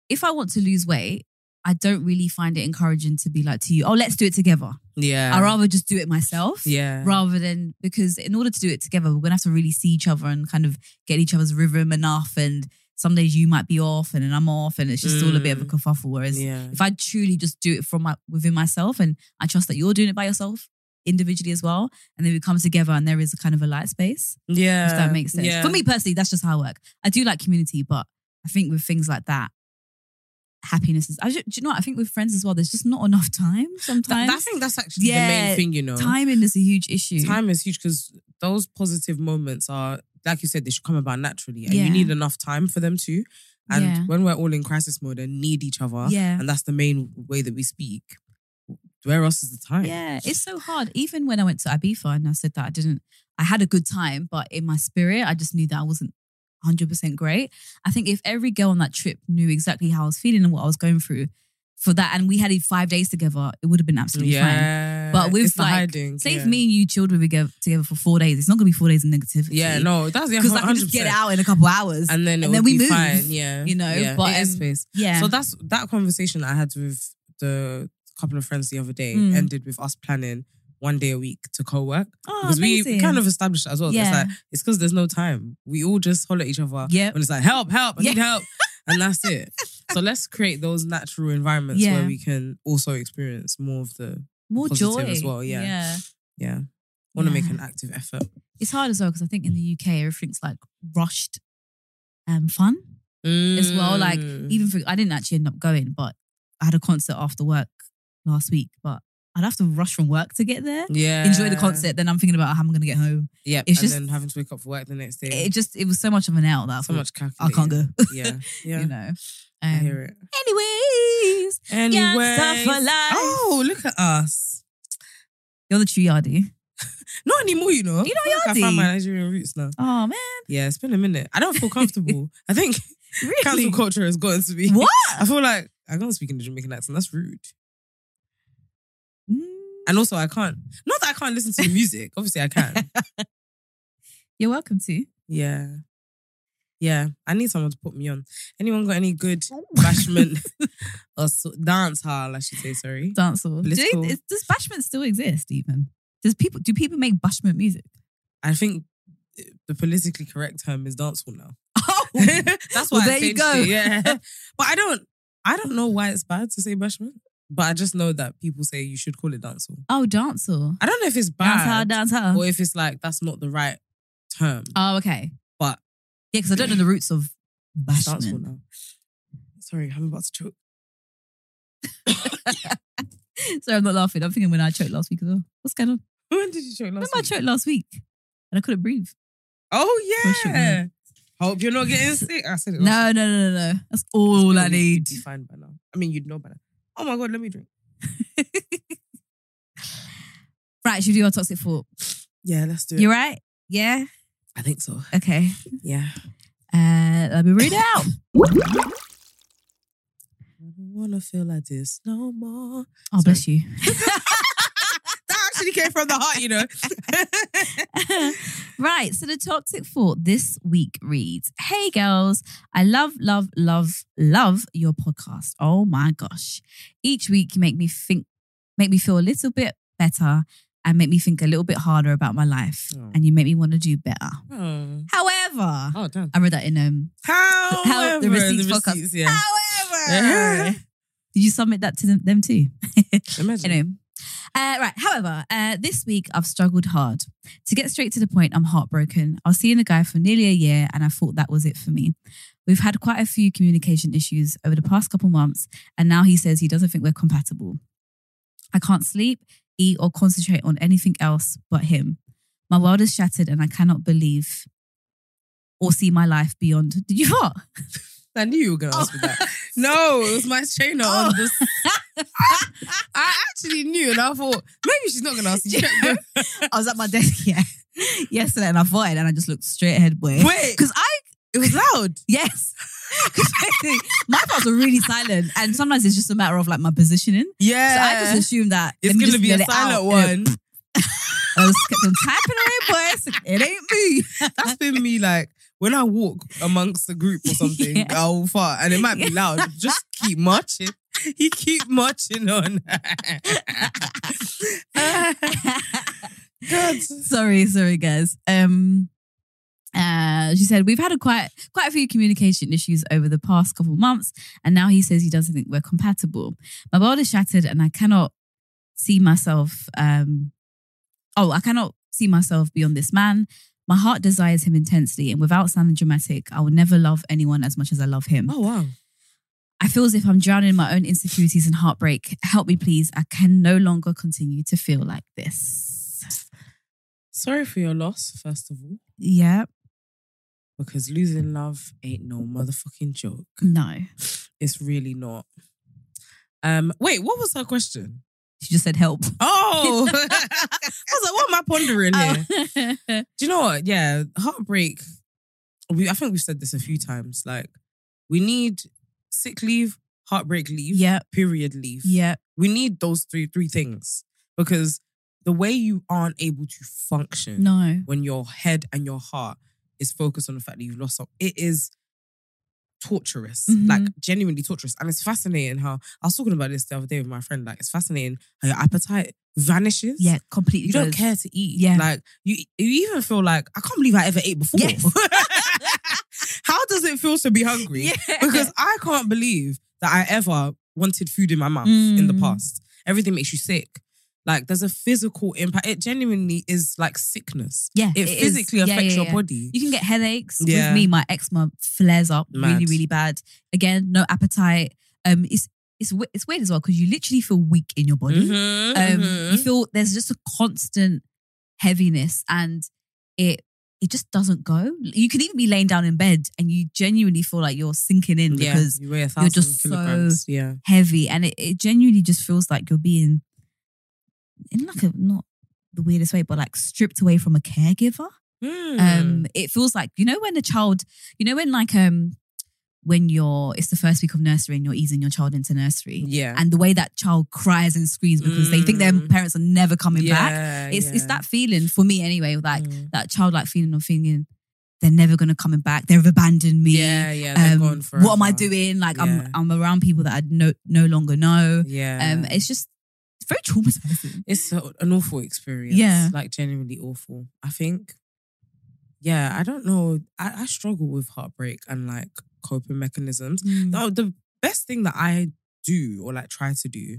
S2: if I want to lose weight, I don't really find it encouraging to be like to you, oh, let's do it together.
S1: Yeah.
S2: I'd rather just do it myself.
S1: yeah.
S2: Rather than because in order to do it together, we're gonna have to really see each other and kind of get each other's rhythm enough. And some days you might be off and then I'm off, and it's just all a bit of a
S1: Mm.
S2: kerfuffle. Whereas
S1: Yeah.
S2: if I truly just do it from my, within myself and I trust that you're doing it by yourself individually as well, and then we come together and there is a kind of a light space,
S1: Yeah.
S2: if that makes sense. For me personally, that's just how I work. I do like community, but I think with things like that, happiness is, I ju- do you know what? I think with friends as well, there's just not enough time
S1: Th-
S2: sometimes.
S1: I think that's actually the main
S2: Yeah,
S1: thing, you know.
S2: Timing is a huge issue.
S1: Time is huge because those positive moments are, like you said, they should come about naturally, and you
S2: Yeah.
S1: need enough time for them to. And
S2: Yeah.
S1: when we're all in crisis mode and need each other,
S2: Yeah.
S1: and that's the main way that we speak. Where else is the time?
S2: Yeah, it's so hard. Even when I went to Ibiza and I said that I didn't, I had a good time, but in my spirit, I just knew that I wasn't 100% great. I think if every girl on that trip knew exactly how I was feeling and what I was going through for that, and we had it five days together, it would have been absolutely fine.
S1: yeah.
S2: But with,
S1: it's the
S2: like,
S1: hiding,
S2: Say
S1: yeah.
S2: if me and you chilled with together, together for four days, it's not going to be four days of negativity.
S1: Yeah, no, that's yeah,
S2: Because I can just get
S1: 100%.
S2: it out in a couple hours.
S1: and then it
S2: and then
S1: would
S2: we
S1: be
S2: move,
S1: fine. Yeah,
S2: you know,
S1: yeah,
S2: but,
S1: it is
S2: um,
S1: space.
S2: yeah.
S1: So that's that conversation I had with the couple of friends the other day
S2: Mm.
S1: ended with us planning one day a week to co-work
S2: oh,
S1: because we
S2: amazing.
S1: kind of established as well. that It's
S2: Yeah.
S1: like uh, it's because there's no time. We all just holler at each other
S2: Yep.
S1: when it's like help, help, I need
S2: Yeah.
S1: help, and that's it. So let's create those natural environments where
S2: Yeah.
S1: we can also experience more of the
S2: more joy
S1: positive as well, yeah.
S2: yeah.
S1: yeah. Want to make
S2: Yeah.
S1: an active effort.
S2: It's hard as well because I think in the UK everything's like rushed um, fun as well. Like
S1: Mm.
S2: even for I didn't actually end up going, but I had a concert after work last week. But I'd have to rush from work to get there,
S1: yeah,
S2: enjoy the concert, then I'm thinking about how I'm gonna get home.
S1: Yeah,
S2: It's
S1: and
S2: just-
S1: then having to wake up for work the next day.
S2: It just it was so much of an L that I
S1: so
S2: thought,
S1: much
S2: I
S1: calculating.
S2: can't go.
S1: Yeah, yeah.
S2: you know.
S1: I
S2: Um,
S1: hear it.
S2: Anyways,
S1: Anyway.
S2: Gangsta for life.
S1: Oh, look at us.
S2: you're the true yardie.
S1: Not anymore, you know.
S2: You know
S1: Oh, I feel like I
S2: Yardi.
S1: found my Nigerian roots now.
S2: Oh man,
S1: Yeah, it's been a minute. I don't feel comfortable. I think
S2: really?
S1: council culture has gotten to me.
S2: What?
S1: I feel like I can't speak in the Jamaican accent. That's rude.
S2: Mm,
S1: And also, I can't. Not that I can't listen to the music. Obviously, I can.
S2: You're welcome to.
S1: Yeah. Yeah. I need someone to put me on. Anyone got any good bashment or so- dance hall? I should say. Sorry.
S2: dance hall. Do they-
S1: Political.
S2: is- does bashment still exist even? Does people do people make bashment music?
S1: I think the politically correct term is dance hall now.
S2: Oh,
S1: That's why
S2: Well,
S1: I
S2: there you
S1: changed
S2: go.
S1: it, Yeah, but I don't. I don't know why it's bad to say bashment, but I just know that people say you should call it dancehall.
S2: oh dance hall.
S1: I don't know if it's
S2: Dance hall,
S1: bad
S2: dance hall.
S1: or if it's like that's not the right term.
S2: Oh, okay.
S1: But-
S2: yeah, because I don't know the roots of
S1: dancehall
S2: bashment.
S1: now. Sorry, I'm about to choke.
S2: Sorry, I'm not laughing. I'm thinking when I choked last week as well. What's going on?
S1: When did you choke last
S2: Remember I
S1: week?
S2: choked last week and I couldn't breathe.
S1: Oh
S2: Wish it
S1: yeah. Hope you're not getting sick. I said it. last
S2: No, no, no, no, no. That's all
S1: week.
S2: I
S1: You'd
S2: need.
S1: Be fine by now. I mean, you'd know by now. Oh my god, let me drink.
S2: Right, should we do our toxic thought?
S1: Yeah, let's do it.
S2: You right? Yeah.
S1: I think so.
S2: Okay.
S1: Yeah.
S2: Uh, let me read it out.
S1: I don't wanna feel like this no more.
S2: Oh, bless you.
S1: That actually came from the heart, you know.
S2: right. So the toxic thought this week reads Hey girls, I love, love, love, love your podcast. Oh my gosh. Each week you make me think, make me feel a little bit better and make me think a little bit harder about my life.
S1: Oh.
S2: And you make me want to do better.
S1: oh.
S2: However,
S1: oh, damn.
S2: I read that in um
S1: How?
S2: How- the receipts fuck up.
S1: yeah.
S2: However, did you submit that to them, them too?
S1: Imagine.
S2: Anyway. Uh, right. However, uh, this week I've struggled hard. To get straight to the point, I'm heartbroken. I was seeing a guy for nearly a year and I thought that was it for me. We've had quite a few communication issues over the past couple months, and now he says he doesn't think we're compatible. I can't sleep, eat, or concentrate on anything else but him. My world is shattered and I cannot believe or see my life beyond. Did you what?
S1: I knew you were gonna ask me that. No, it was my trainer on this. I actually knew, and I thought maybe she's not gonna ask you.
S2: I was at my desk, yeah, yesterday, and I voted, and I just looked straight ahead, boy.
S1: Wait,
S2: Because I,
S1: it was loud.
S2: yes, 'Cause basically, my parts were really silent, and sometimes it's just a matter of like my positioning. So I
S1: Yeah,
S2: just assume that
S1: Uh, it's
S2: let me
S1: gonna
S2: just
S1: be a
S2: yell it
S1: silent
S2: out, and
S1: one.
S2: I was kept on typing away, boys. It ain't me.
S1: That's been me like when I walk amongst a group or something,
S2: Yeah.
S1: I'll fart and it might be loud. Just keep marching. He keep marching on. God.
S2: sorry, sorry, guys. Um, uh, she said we've had a quite quite a few communication issues over the past couple months, and now he says he doesn't think we're compatible. My world is shattered, and I cannot see myself. Um, oh, I cannot see myself beyond this man. My heart desires him intensely, and without sounding dramatic, I will never love anyone as much as I love him.
S1: Oh wow.
S2: I feel as if I'm drowning in my own insecurities and heartbreak. Help me, please. I can no longer continue to feel like this.
S1: Sorry for your loss, first of all,
S2: Yeah,
S1: because losing love ain't no motherfucking joke.
S2: no.
S1: It's really not. Um, wait, what was her question?
S2: She just said help.
S1: Oh, I was like, what am I pondering here?
S2: Oh.
S1: Do you know what? Yeah, heartbreak. We I think we've said this a few times. Like, we need sick leave, heartbreak leave,
S2: yeah,
S1: period leave.
S2: yeah,
S1: We need those three three things because the way you aren't able to function
S2: no,
S1: when your head and your heart is focused on the fact that you've lost something, it is torturous,
S2: Mhm.
S1: like genuinely torturous. And it's fascinating how I was talking about this the other day with my friend. Like, it's fascinating how your appetite vanishes
S2: yeah, completely.
S1: you don't
S2: goes-
S1: care to eat.
S2: Yeah.
S1: Like you you even feel like I can't believe I ever ate before.
S2: Yes.
S1: How does it feel to be hungry?
S2: Yeah.
S1: Because I can't believe that I ever wanted food in my mouth in the
S2: Mm.
S1: past. Everything makes you sick. Like there's a physical impact. It genuinely is like sickness.
S2: yeah,
S1: It,
S2: is.
S1: physically
S2: Yeah,
S1: affects
S2: yeah,
S1: your
S2: yeah.
S1: body.
S2: You can get headaches.
S1: Yeah.
S2: With me, my eczema flares up really,
S1: Mad.
S2: really bad. Again, no appetite. Um, it's it's we- it's weird as well because you literally feel weak in your body.
S1: Mhm,
S2: um,
S1: mhm.
S2: you feel there's just a constant heaviness and it it just doesn't go you could even be laying down in bed and you genuinely feel like you're sinking in
S1: yeah,
S2: because
S1: you weigh a thousand
S2: just so-
S1: kilograms. yeah.
S2: heavy and it, it genuinely just feels like you're being in like a not the weirdest way but like stripped away from a caregiver
S1: Mm. Hmm.
S2: um it feels like you know when a child you know when like um when you're it's the first week of nursery and you're easing your child into nursery
S1: yeah.
S2: and the way that child cries and screams because they think their
S1: Mm.
S2: parents are never coming
S1: yeah,
S2: back. It's it's
S1: yeah.
S2: that feeling for me anyway, like
S1: Mm.
S2: that childlike feeling of thinking they're never gonna come back. They've abandoned me.
S1: Yeah, yeah. They're
S2: Um,
S1: gone forever.
S2: what am I doing? Like
S1: Yeah.
S2: I'm I'm around people that I no no longer know.
S1: Yeah.
S2: Um, it's just it's very traumatizing.
S1: it's a, an awful experience.
S2: Yeah.
S1: Like genuinely awful. I think, yeah, I don't know. I, I struggle with heartbreak and like coping mechanisms.
S2: Mm.
S1: No, the best thing that I do or like try to do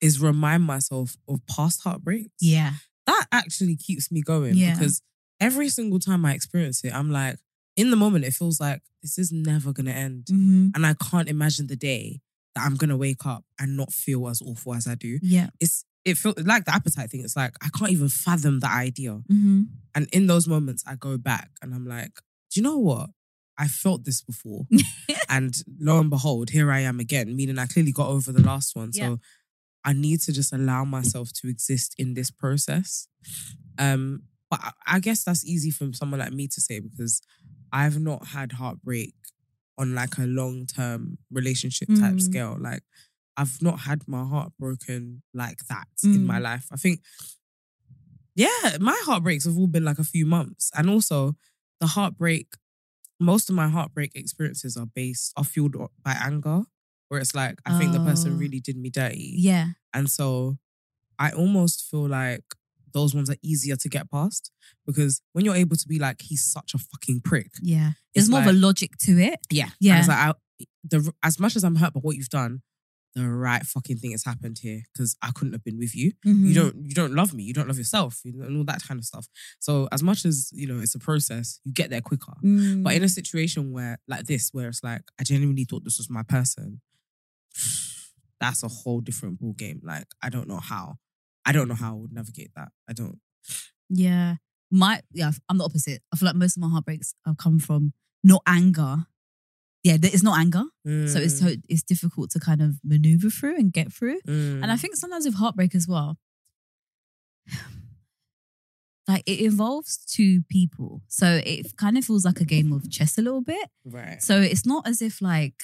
S1: is remind myself of past heartbreaks.
S2: Yeah,
S1: That actually keeps me going
S2: Yeah.
S1: because every single time I experience it, I'm like, in the moment, it feels like this is never going to end.
S2: Mhm.
S1: And I can't imagine the day that I'm going to wake up and not feel as awful as I do
S2: yeah,
S1: it's it feels like the appetite thing. It's like I can't even fathom the idea.
S2: hmm
S1: And in those moments, I go back and I'm like, do you know what? I felt this before, and lo and behold, here I am again. Meaning, I clearly got over the last one, so
S2: Yeah.
S1: I need to just allow myself to exist in this process. Um, but I- I guess that's easy for someone like me to say because I've not had heartbreak on like a long term relationship type
S2: Mm.
S1: scale. Like I've not had my heart broken like that in
S2: Mm.
S1: my life. I think, yeah, my heartbreaks have all been like a few months, and also the heartbreak. Most of my heartbreak experiences are based are fueled o- by anger, where it's like I think the person
S2: Oh.
S1: really did me dirty,
S2: yeah,
S1: and so I almost feel like those ones are easier to get past because when you're able to be like he's such a fucking prick,
S2: yeah. There's more of a
S1: like-
S2: logic to it.
S1: yeah.
S2: Yeah.
S1: And it's like, I, the, as much as I'm hurt by what you've done, the right fucking thing has happened here because I couldn't have been with you.
S2: Mhm.
S1: You don't, you don't love me. You don't love yourself, you know, and all that kind of stuff. So as much as you know, it's a process. You get there quicker.
S2: Mm.
S1: But in a situation where like this, where it's like I genuinely thought this was my person, that's a whole different ball game. Like I don't know how. I don't know how I would navigate that. I don't.
S2: Yeah. My yeah, I'm the opposite. I feel like most of my heartbreaks have come from not anger. Yeah, there- it's not anger, so
S1: Mm.
S2: it's so it's difficult to kind of maneuver through and get through. And
S1: mm,
S2: I think sometimes with heartbreak as well, like it involves two people, so it kind of feels like a game of chess a little bit.
S1: right.
S2: So it's not as if like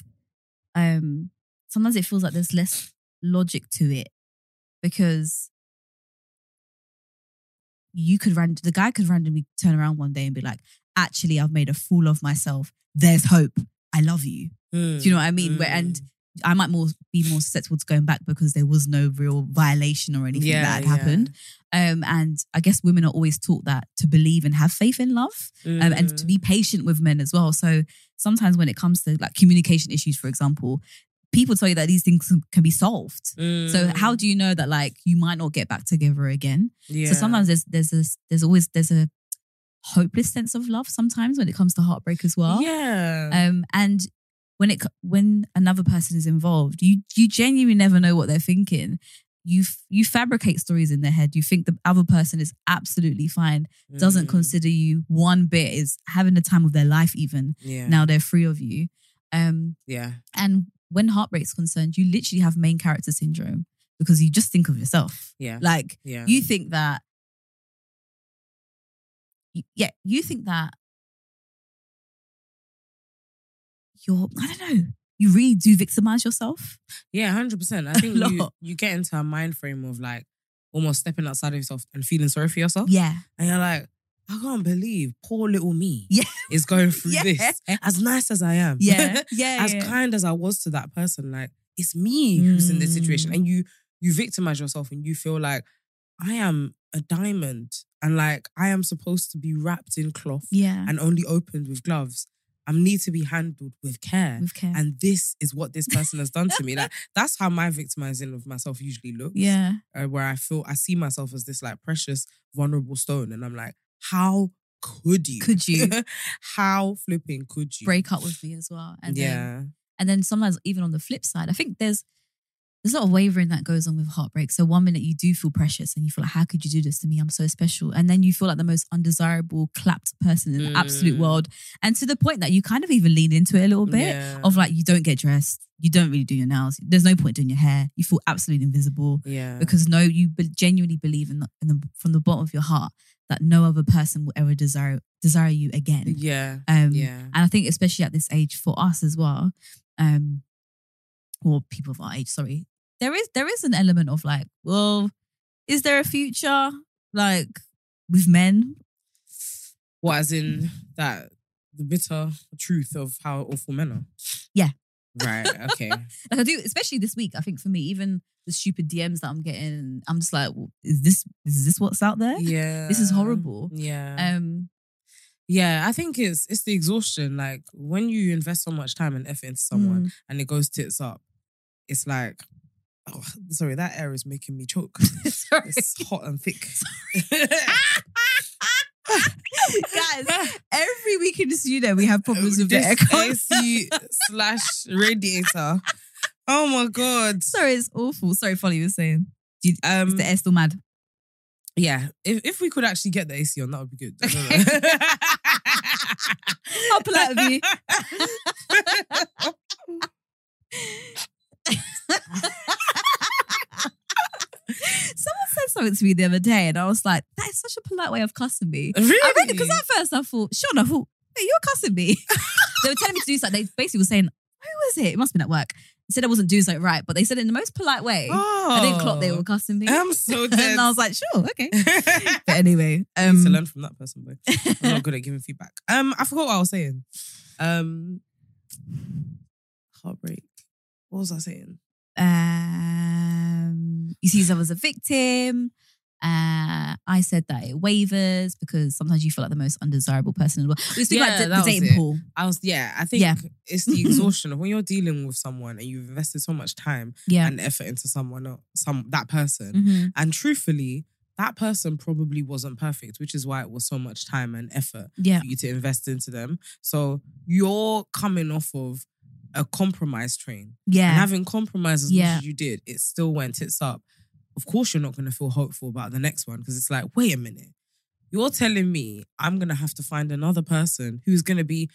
S2: um sometimes it feels like there's less logic to it because you could rand the guy could randomly turn around one day and be like, actually I've made a fool of myself. There's hope. I love you.
S1: Mm-hmm.
S2: Do you know what I mean? Where and I might more be more susceptible to going back because there was no real violation or anything that had happened. Um, and I guess women are always taught that to believe and have faith in love um, and to be patient with men as well. So sometimes when it comes to like communication issues, for example, people tell you that these things can- can be solved. So
S1: Mm.
S2: how do you know that like you might not get back together again?
S1: Yeah.
S2: So sometimes there's there's this, there's always there's a hopeless sense of love sometimes when it comes to heartbreak as well.
S1: yeah.
S2: Um, and when it co- when another person is involved, you you genuinely never know what they're thinking. You f- you fabricate stories in their head. You think the other person is absolutely fine, doesn't
S1: Mm.
S2: consider you one bit, is having the time of their life. Even
S1: Yeah.
S2: now they're free of you. Um,
S1: Yeah.
S2: and when heartbreak's concerned, you literally have main character syndrome because you just think of yourself.
S1: Yeah.
S2: Like
S1: yeah.
S2: you think that y- yeah you think that you're i don't know you really do victimize yourself
S1: Yeah, hundred percent. I
S2: A
S1: think you,
S2: lot.
S1: you get into a mind frame of like almost stepping outside of yourself and feeling sorry for yourself,
S2: yeah
S1: and you're like, I can't believe poor little me
S2: Yeah.
S1: is going through
S2: Yeah.
S1: this. As nice as I am,
S2: yeah yeah
S1: as
S2: yeah.
S1: kind as I was to that person, like it's me who's in this situation,
S2: Mm.
S1: and you you victimize yourself and you feel like I am a diamond and like I am supposed to be wrapped in cloth
S2: yeah
S1: and only opened with gloves. I need to be handled with care
S2: with care
S1: and this is what this person has done to me. Like that's how my victimizing of myself usually looks.
S2: yeah
S1: uh, where I feel I see myself as this like precious, vulnerable stone, and I'm like, how could you?
S2: Could you?
S1: how flipping could you?
S2: break up with me as well and then,
S1: yeah,
S2: and then sometimes even on the flip side i think there's there's a lot of wavering that goes on with heartbreak. So one minute you do feel precious and you feel like, how could you do this to me? I'm so special. And then you feel like the most undesirable, clapped person in the absolute
S1: Mm.
S2: world. And to the point that you kind of even lean into it a little bit
S1: yeah,
S2: of like, you don't get dressed. You don't really do your nails. There's no point doing your hair. You feel absolutely invisible
S1: yeah,
S2: because no, you be- genuinely believe in the, in the, from the bottom of your heart that no other person will ever desire, desire you again.
S1: yeah,
S2: Um,
S1: yeah,
S2: and I think especially at this age for us as well, um, or people of our age, sorry, there is there is an element of like, well, is there a future like with men?
S1: What as in that the bitter truth of how awful men are?
S2: Yeah.
S1: Right. Okay.
S2: Like I do, especially this week. I think for me, even the stupid DMs that I'm getting, I'm just like, well, is this is this what's out there?
S1: yeah.
S2: This is horrible.
S1: Yeah.
S2: Um,
S1: Yeah, I think it's it's the exhaustion. Like when you invest so much time and effort into someone
S2: Mm.
S1: and it goes tits up, it's like, oh, sorry, that air is making me choke.
S2: hmm, sorry,
S1: it's hot and thick.
S2: guys. Every week in the studio, we have problems with the
S1: Oh, This
S2: aircon.
S1: AC slash radiator. Oh my god.
S2: Sorry, it's awful. Sorry, Folly was saying. Is
S1: Um,
S2: the air still mad?
S1: yeah, if, if we could actually get the AC on, that would be good. I don't know.
S2: How polite of you. Someone said something to me the other day, and I was like, that is such a polite way of cussing me.
S1: Really?
S2: I read it because at first I thought, Sean, I thought, hey, you're cussing me. they were telling me to do something. They basically were saying, who was it? It must have been at work. They said I wasn't doing something right, but they said it in the most polite way.
S1: oh,
S2: I didn't clock they were cussing me.
S1: I'm so dead.
S2: and I was like, sure, okay.
S1: like,
S2: But anyway,
S1: I need to
S2: um,
S1: learn from that person, boy. I'm not good at giving feedback. Um, I forgot what I was saying. Um, heartbreak. What was I saying?
S2: um, you see yourself as a victim. Uh, I said that it wavers because sometimes you feel like the most undesirable person in the world. We speak
S1: Yeah,
S2: about the,
S1: that
S2: the
S1: was
S2: dating
S1: it.
S2: pool.
S1: I was yeah. I think
S2: Yeah.
S1: it's the exhaustion of when you're dealing with someone and you've invested so much time
S2: Yeah.
S1: and effort into someone else, some that person,
S2: Mhm.
S1: and truthfully, that person probably wasn't perfect, which is why it was so much time and effort
S2: Yeah.
S1: for you to invest into them. So you're coming off of a compromise train. and
S2: Yeah.
S1: having compromised as
S2: Yeah.
S1: much as you did, it still went tits up. Of course, you're not going to feel hopeful about the next one because it's like, wait a minute, You're telling me I'm gonna have to find another person who's gonna be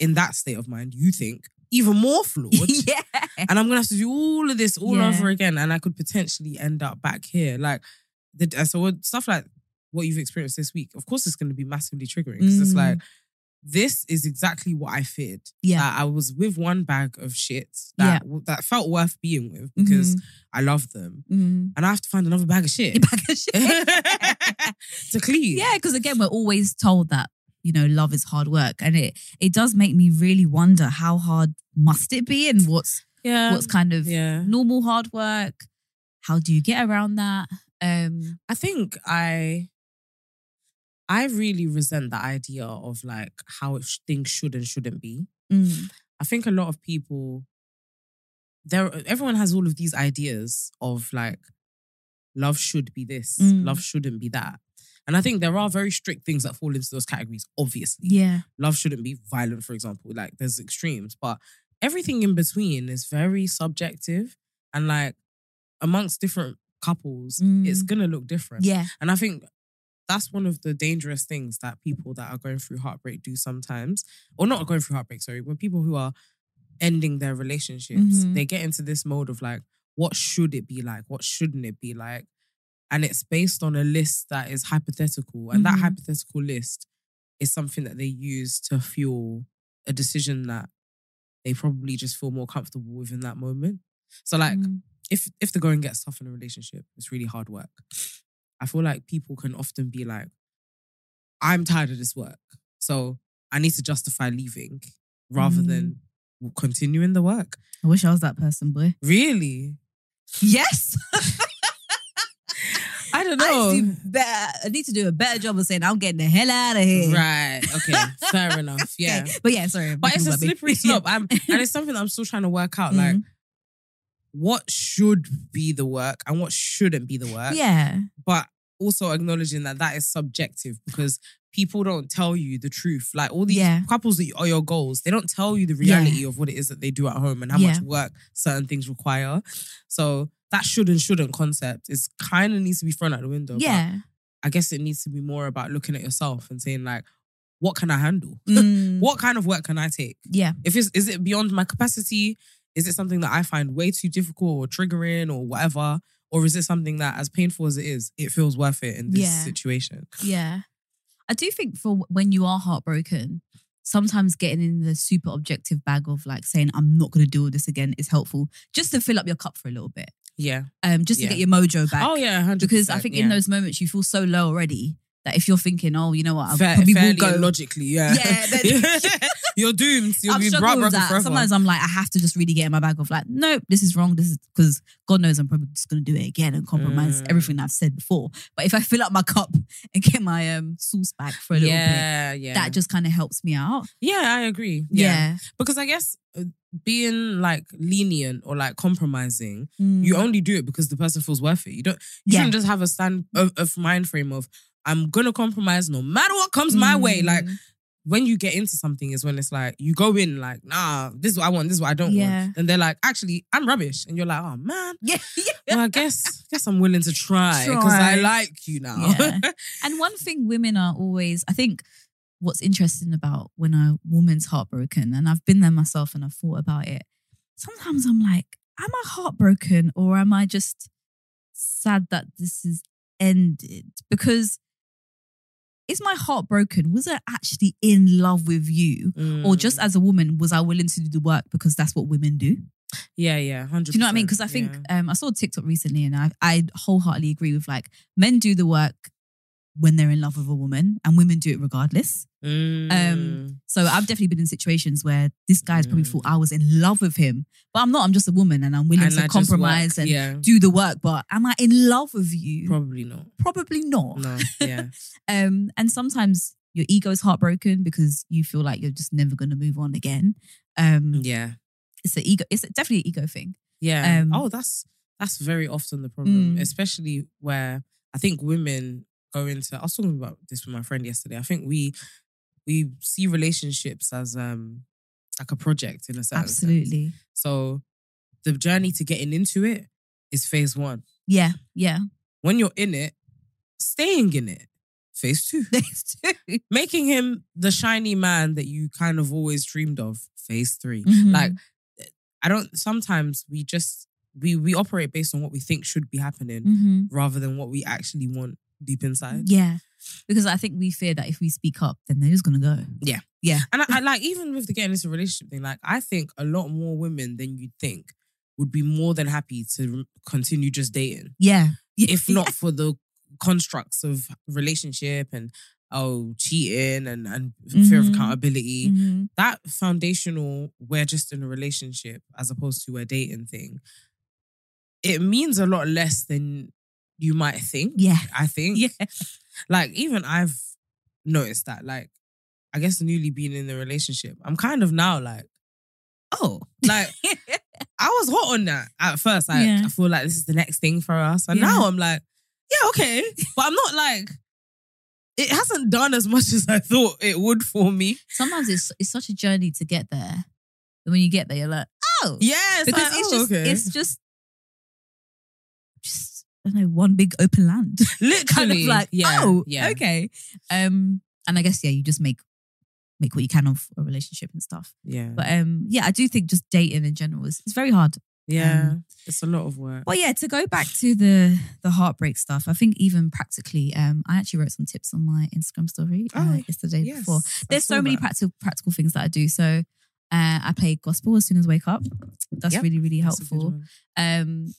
S1: in that state of mind, you think, even more flawed.
S2: yeah.
S1: And I'm gonna have to do all of this all
S2: Yeah.
S1: over again. And I could potentially end up back here. Like the and so what- stuff like what you've experienced this week, of course it's gonna be massively triggering. Because it's
S2: Mm.
S1: like this is exactly what I feared.
S2: Yeah.
S1: That I was with one bag of shit that that felt worth being with
S2: Mm-hmm.
S1: because I love them.
S2: Mhm.
S1: And I have to find another bag of shit.
S2: Your bag of shit.
S1: to clean.
S2: Yeah, because again, we're always told that you know love is hard work, and it it does make me really wonder how hard must it be, and what's
S1: Yeah.
S2: what's kind of
S1: Um, yeah.
S2: normal hard work. How do you get around that? Um,
S1: I think I I really resent the idea of like how it sh- things should and shouldn't be.
S2: mm,
S1: I think a lot of people there everyone has all of these ideas of like love should be this,
S2: Mm.
S1: love shouldn't be that. And I think there are very strict things that fall into those categories, obviously.
S2: yeah,
S1: Love shouldn't be violent, for example. Like there's extremes, but everything in between is very subjective. And like amongst different couples,
S2: Mm.
S1: it's gonna look different.
S2: yeah,
S1: And I think that's one of the dangerous things that people that are going through heartbreak do sometimes, or not going through heartbreak, sorry, when people who are ending their relationships,
S2: Mhm.
S1: they get into this mode of like, what should it be like? What shouldn't it be like? And it's based on a list that is hypothetical. And
S2: Mhm.
S1: that hypothetical list is something that they use to fuel a decision that they probably just feel more comfortable with in that moment. So, like,
S2: Mm.
S1: if if the going gets tough in a relationship, it's really hard work. I feel like people can often be like, I'm tired of this work. So I need to justify leaving rather than continuing the work.
S2: I wish I was that person, boy.
S1: Really?
S2: Yes,
S1: I don't
S2: I, need to
S1: know.
S2: do better, I need to do a better job of saying I'm getting the hell out of here.
S1: Right. Okay. Fair enough. Yeah.
S2: Okay, but yeah, sorry,
S1: But it's a
S2: about me. Mm-hmm.
S1: slippery slope.
S2: Yeah.
S1: I'm, Mm. and it's something that I'm still trying to work out. Like, what should be the work and what shouldn't be the work?
S2: yeah,
S1: but also acknowledging that that is subjective because people don't tell you the truth. Like all these
S2: Yeah.
S1: couples that are your goals, they don't tell you the
S2: Yeah.
S1: reality of what it is that they do at home and how
S2: Yeah.
S1: much work certain things require. So that should and shouldn't concept is kind of needs to be thrown out the window. but
S2: yeah.
S1: I guess it needs to be more about looking at yourself and saying like, what can I handle?
S2: Mm,
S1: What kind of work can I take?
S2: yeah,
S1: If it's is it beyond my capacity? Is it something that I find way too difficult or triggering or whatever? Or is it something that, as painful as it is, it feels worth it in this
S2: Yeah.
S1: situation?
S2: Yeah. I do think for when you are heartbroken, sometimes getting in the super objective bag of like saying, I'm not going to deal with this again is helpful just to fill up your cup for a little bit,
S1: Yeah.
S2: um, just to
S1: Yeah.
S2: get your mojo back.
S1: Oh yeah, 100%,
S2: Because I think in
S1: yeah.
S2: those moments, you feel so low already that if you're thinking, oh, you know what, I
S1: Fair,
S2: probably will
S1: fairly
S2: go.
S1: and logically, yeah.
S2: Yeah, then-
S1: You're doomed. You'll
S2: I've
S1: be
S2: struggled
S1: broke
S2: with
S1: broken
S2: that.
S1: forever.
S2: Sometimes I'm like, I have to just really get in my bag of like, nope, this is wrong. This is because God knows I'm probably just going to do it again and compromise
S1: Mm.
S2: everything I've said before. But if I fill up my cup and get my um, sauce back for a little bit,
S1: yeah, yeah.
S2: that just kind of helps me out.
S1: yeah, I agree.
S2: Yeah.
S1: Because I guess uh, being like lenient or like compromising,
S2: Mm.
S1: you only do it because the person feels worth it. You don't You
S2: yeah.
S1: shouldn't just have a stand of, of mind frame of I'm gonna compromise no matter what comes my way. Like
S2: Mm.
S1: when you get into something is when it's like you go in like nah, this is what I want, this is what I don't
S2: Yeah.
S1: want, and they're like actually I'm rubbish, and you're like oh man,
S2: yeah, yeah.
S1: well I guess guess I'm willing to try because
S2: Try.
S1: I like you now.
S2: Yeah. And one thing women are always, I think, what's interesting about when a woman's heartbroken, and I've been there myself and I've thought about it. Sometimes I'm like, am I heartbroken or am I just sad that this is ended? Because is my heart broken? Was I actually in love with you? Or
S1: Mm.
S2: just as a woman, was I willing to do the work because that's what women do?
S1: yeah, yeah, hundred.
S2: Do you know what I mean? Because I think um, I saw a TikTok recently, and I, I wholeheartedly agree with like men do the work when they're in love with a woman, and women do it regardless. um, So I've definitely been in situations where this guy's probably
S1: Mm.
S2: thought I was in love with him, but I'm not. I'm just a woman, and I'm willing
S1: And
S2: to
S1: I just work-
S2: compromise and
S1: yeah,
S2: do the work. But am I in love with you?
S1: probably not.
S2: Probably not.
S1: No, yeah,
S2: Um, and sometimes your ego's heartbroken because you feel like you're just never going to move on again. Um,
S1: yeah,
S2: It's an ego. It's definitely an ego thing.
S1: Yeah.
S2: Um,
S1: oh, that's that's very often the problem,
S2: Mm.
S1: especially where I think women go into. I was talking about this with my friend yesterday. I think we we see relationships as um like a project in a sense.
S2: Absolutely.
S1: So the journey to getting into it is phase one.
S2: Yeah. Yeah.
S1: When you're in it, staying in it Phase two.
S2: Phase two.
S1: Making him the shiny man that you kind of always dreamed of. Phase 3 Like
S2: Mm-hmm.
S1: eh, I don't sometimes we just we we operate based on what we think should be happening
S2: hmm
S1: rather than what we actually want deep inside.
S2: yeah, because I think we fear that if we speak up, then they're just gonna go.
S1: And I, I like even with the getting into a relationship thing, like I think a lot more women than you'd think would be more than happy to re- continue just dating,
S2: Yeah,
S1: if not for the constructs of relationship and oh cheating and and fear of
S2: Mhm.
S1: accountability.
S2: Mhm.
S1: That foundational we're just in a relationship as opposed to we're dating thing. It means a lot less than you might think.
S2: yeah,
S1: I think.
S2: Yeah.
S1: Like even I've noticed that. Like I guess newly being in the relationship, I'm kind of now like
S2: Oh,
S1: like I was hot on that at first. Like
S2: Yeah.
S1: I feel like this is the next thing for us, and
S2: Yeah.
S1: now I'm like, yeah, okay, but I'm not like it hasn't done as much as I thought it would for me.
S2: sometimes it's it's such a journey to get there. And when you get there, you're like, oh,
S1: Yeah, it's
S2: because
S1: like,
S2: it's
S1: oh,
S2: just
S1: okay.
S2: it's just just I don't know one big open land.
S1: literally
S2: kind of like
S1: yeah,
S2: oh
S1: yeah.
S2: okay um and i guess yeah you just make make what you can of a relationship and stuff
S1: yeah,
S2: but um yeah i do think just dating in general is it's very hard
S1: yeah.
S2: um,
S1: it's a lot of work.
S2: well yeah to go back to the the heartbreak stuff i think even practically um i actually wrote some tips on my instagram story uh,
S1: Oh,
S2: yesterday
S1: Yes,
S2: before
S1: I
S2: there's so
S1: saw
S2: many
S1: that.
S2: practical practical things that i do so uh, I play gospel as soon as I wake up. That's
S1: Yep,
S2: really, really
S1: That's a good
S2: helpful
S1: one.
S2: um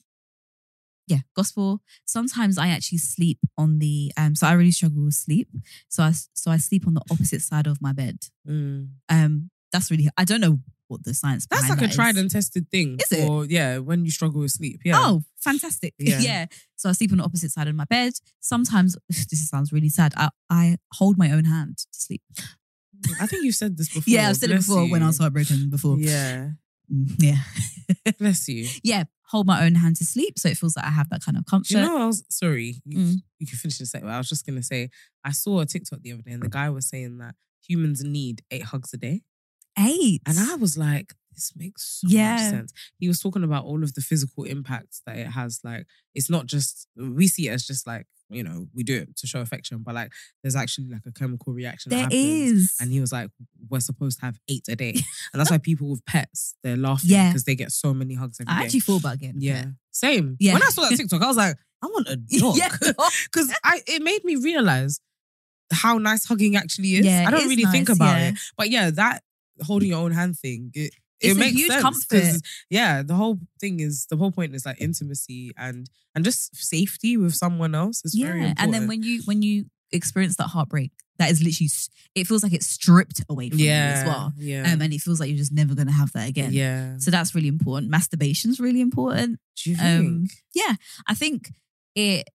S2: yeah gospel sometimes i actually sleep on the um so i really struggle with sleep so i so i sleep on the opposite side of my bed
S1: Mm.
S2: um that's really i don't know what the science
S1: That's
S2: behind
S1: like a
S2: that is.
S1: tried and tested thing.
S2: Is it?
S1: Or yeah, when you struggle with sleep. Yeah.
S2: oh fantastic
S1: Yeah.
S2: yeah. so i sleep on the opposite side of my bed sometimes this sounds really sad i i hold my own hand to sleep
S1: I think you said this before.
S2: yeah i've said it
S1: Bless
S2: before when i
S1: you.
S2: was heartbroken before
S1: Yeah.
S2: Mm, yeah
S1: Bless you.
S2: yeah hold my own hand to sleep so it feels like i have that kind of comfort
S1: Do you know, I was sorry. You,
S2: Mm.
S1: you can finish in a second. I was just gonna say, I saw a TikTok the other day, and the guy was saying that humans need eight hugs a day,
S2: eight
S1: and I was like, this makes so much
S2: Yeah.
S1: sense. He was talking about all of the physical impacts that it has. Like, it's not just we see it as just like you know we do it to show affection, but like there's actually like a chemical reaction.
S2: there
S1: that happens.
S2: is
S1: And he was like, "We're supposed to have eight a day, and that's why people with pets they're laughing
S2: Yeah.
S1: because they get so many hugs every day."
S2: I actually thought about getting a
S1: yeah,
S2: pet.
S1: same.
S2: Yeah.
S1: When I saw that TikTok, I was like, "I want a dog."
S2: Yeah, dog.
S1: because I it made me realize how nice hugging actually is. I
S2: it
S1: don't
S2: is
S1: really think
S2: nice,
S1: about
S2: yeah.
S1: it, but yeah, that holding your own hand thing, it it
S2: It's a
S1: makes
S2: huge
S1: sense
S2: comfort.
S1: 'cause, Yeah, the whole thing is the whole point is like intimacy and and just safety with someone else is very
S2: Yeah,
S1: important.
S2: and then when you when you experience that heartbreak, that is literally s- it feels like it's stripped away from you
S1: yeah,
S2: as well,
S1: yeah,
S2: um, and it feels like you're just never gonna have that again.
S1: yeah.
S2: So that's really important. Masturbation's really important.
S1: Do you think?
S2: Um, yeah, I think it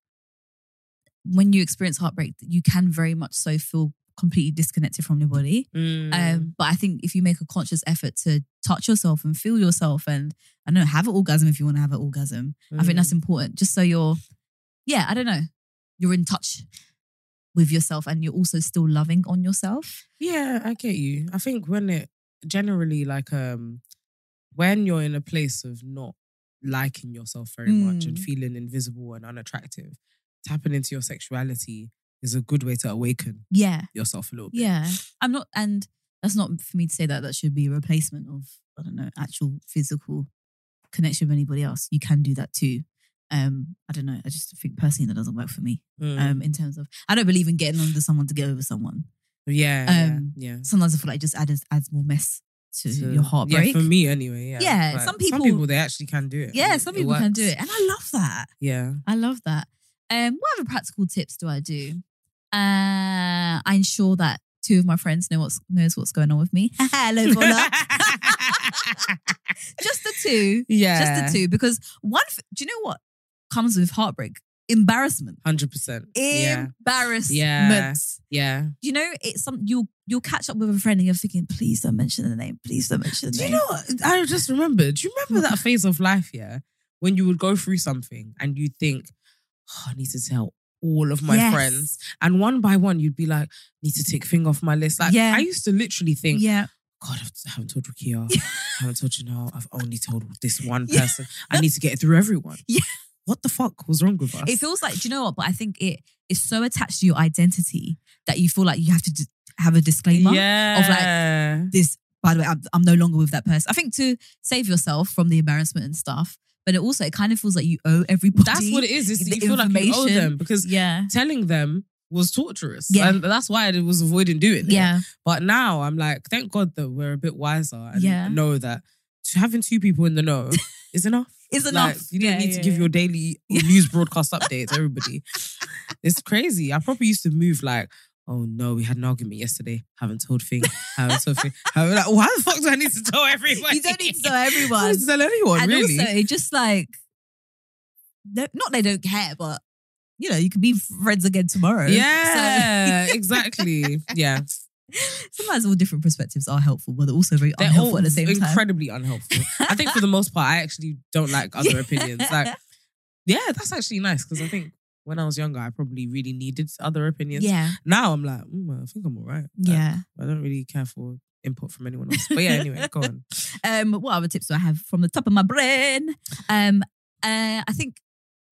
S2: when you experience heartbreak, you can very much so feel completely disconnected from your body.
S1: Mm.
S2: Um, but I think if you make a conscious effort to touch yourself and feel yourself and I don't know, have an orgasm if you want to have an orgasm. I
S1: mm.
S2: think that's important. Just so you're, yeah, I don't know, you're in touch with yourself and you're also still loving on yourself.
S1: Yeah, I get you. I think when it generally like um when you're in a place of not liking yourself very much and
S2: Mm.
S1: feeling invisible and unattractive, tapping into your sexuality is a good way to awaken
S2: Yeah,
S1: yourself a little bit.
S2: yeah. I'm not, and that's not for me to say that that should be a replacement of I don't know actual physical connection with anybody else. You can do that too. Um, I don't know. I just think personally that doesn't work for me.
S1: Mm.
S2: Um, in terms of I don't believe in getting under someone to get over someone.
S1: yeah,
S2: um,
S1: yeah, yeah.
S2: Sometimes I feel like it just adds adds more mess to
S1: So-
S2: your heartbreak.
S1: Yeah, for me anyway. Yeah.
S2: Yeah,
S1: But
S2: some
S1: some
S2: people-
S1: people they actually can do it.
S2: Yeah,
S1: and
S2: some people can do
S1: works.
S2: it, and I love that.
S1: Yeah.
S2: I love that. Um, what other practical tips do I do? Uh, I ensure that two of my friends know what's knows what's going on with me. Hello, Paula. just the two,
S1: yeah.
S2: just the two, because one. f- Do you know what comes with heartbreak? Embarrassment.
S1: Hundred percent. Yeah.
S2: Embarrassment.
S1: Yeah. Yeah.
S2: You know, it's some you'll you'll catch up with a friend and you're thinking, please don't mention the name. Please don't mention the
S1: Do you
S2: name.
S1: know what? I just remembered. Do you remember that phase of life, yeah? When you would go through something and you'd think, oh, I need to tell all of my
S2: Yes.
S1: friends. And one by one, you'd be like, need to take thing off my list. Like,
S2: Yeah.
S1: I used to literally think,
S2: Yeah.
S1: God, I've- I haven't told Rukia. I haven't told Janelle. I've only told this one
S2: Yeah.
S1: person. I need to get it through everyone.
S2: Yeah.
S1: What the fuck was wrong with us?
S2: It feels like, do you know what? But I think it is so attached to your identity that you feel like you have to d- have a disclaimer. of, like,
S1: yeah.
S2: This, by the way, I'm, I'm no longer with that person. I think to save yourself from the embarrassment and stuff, but it also it kind of feels like you owe everybody.
S1: that's what it is. It's that
S2: the
S1: you feel like you owe
S2: information.
S1: them because
S2: Yeah,
S1: telling them was torturous.
S2: Yeah.
S1: And that's why I was avoiding doing it.
S2: yeah,
S1: But now I'm like, thank God that we're a bit wiser and
S2: Yeah.
S1: know that to- having two people in the know is enough.
S2: it's
S1: Like,
S2: enough.
S1: you don't
S2: Yeah,
S1: need
S2: yeah,
S1: to give
S2: yeah.
S1: your daily news broadcast updates, to everybody. It's crazy. I probably used to move like, oh no, we had an argument yesterday. Haven't told thing. Haven't told thing. Haven't, like, why the fuck do I need to tell everyone?
S2: You don't need to tell
S1: I
S2: everyone.
S1: don't need to tell anyone,
S2: and
S1: really.
S2: also it just like no- not they don't care but you know you could be friends again tomorrow
S1: yeah, exactly. Yeah.
S2: so sometimes all different perspectives are helpful but they're also very
S1: They're
S2: unhelpful
S1: all
S2: at the same time
S1: incredibly unhelpful. I think for the most part, I actually don't like other opinions. Like, yeah, that's actually nice because I think when I was younger, I probably really needed other opinions.
S2: yeah
S1: Now I'm like, mm, I think I'm all right. Like,
S2: yeah
S1: I don't really care for input from anyone else. But yeah, anyway, go on.
S2: um what other tips do i have from the top of my brain um uh i think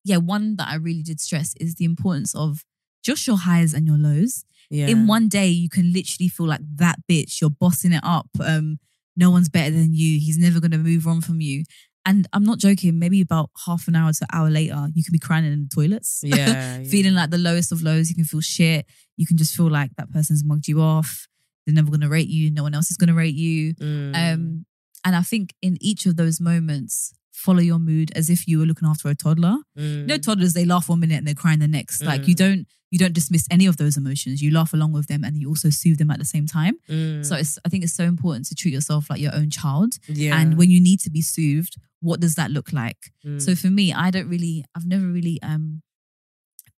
S2: yeah one that i really did stress is the importance of just your highs and your lows
S1: Yeah.
S2: in one day you can literally feel like that bitch you're bossing it up um no one's better than you he's never going to move on from you and i'm not joking maybe about half an hour to an hour later you can be crying in the toilets
S1: yeah, yeah.
S2: feeling like the lowest of lows you can feel shit you can just feel like that person's mugged you off they're never going to rate you no one else is going to rate you
S1: Mm.
S2: um and i think in each of those moments follow your mood as if you were looking after a toddler
S1: Mm.
S2: no toddlers they laugh one minute and they're crying the next like you
S1: Mm.
S2: don't you don't dismiss any of those emotions you laugh along with them and you also soothe them at the same time
S1: Mm.
S2: so it's, i think it's so important to treat yourself like your own child
S1: yeah.
S2: and when you need to be soothed what does that look like
S1: Mm.
S2: so for me i don't really i've never really um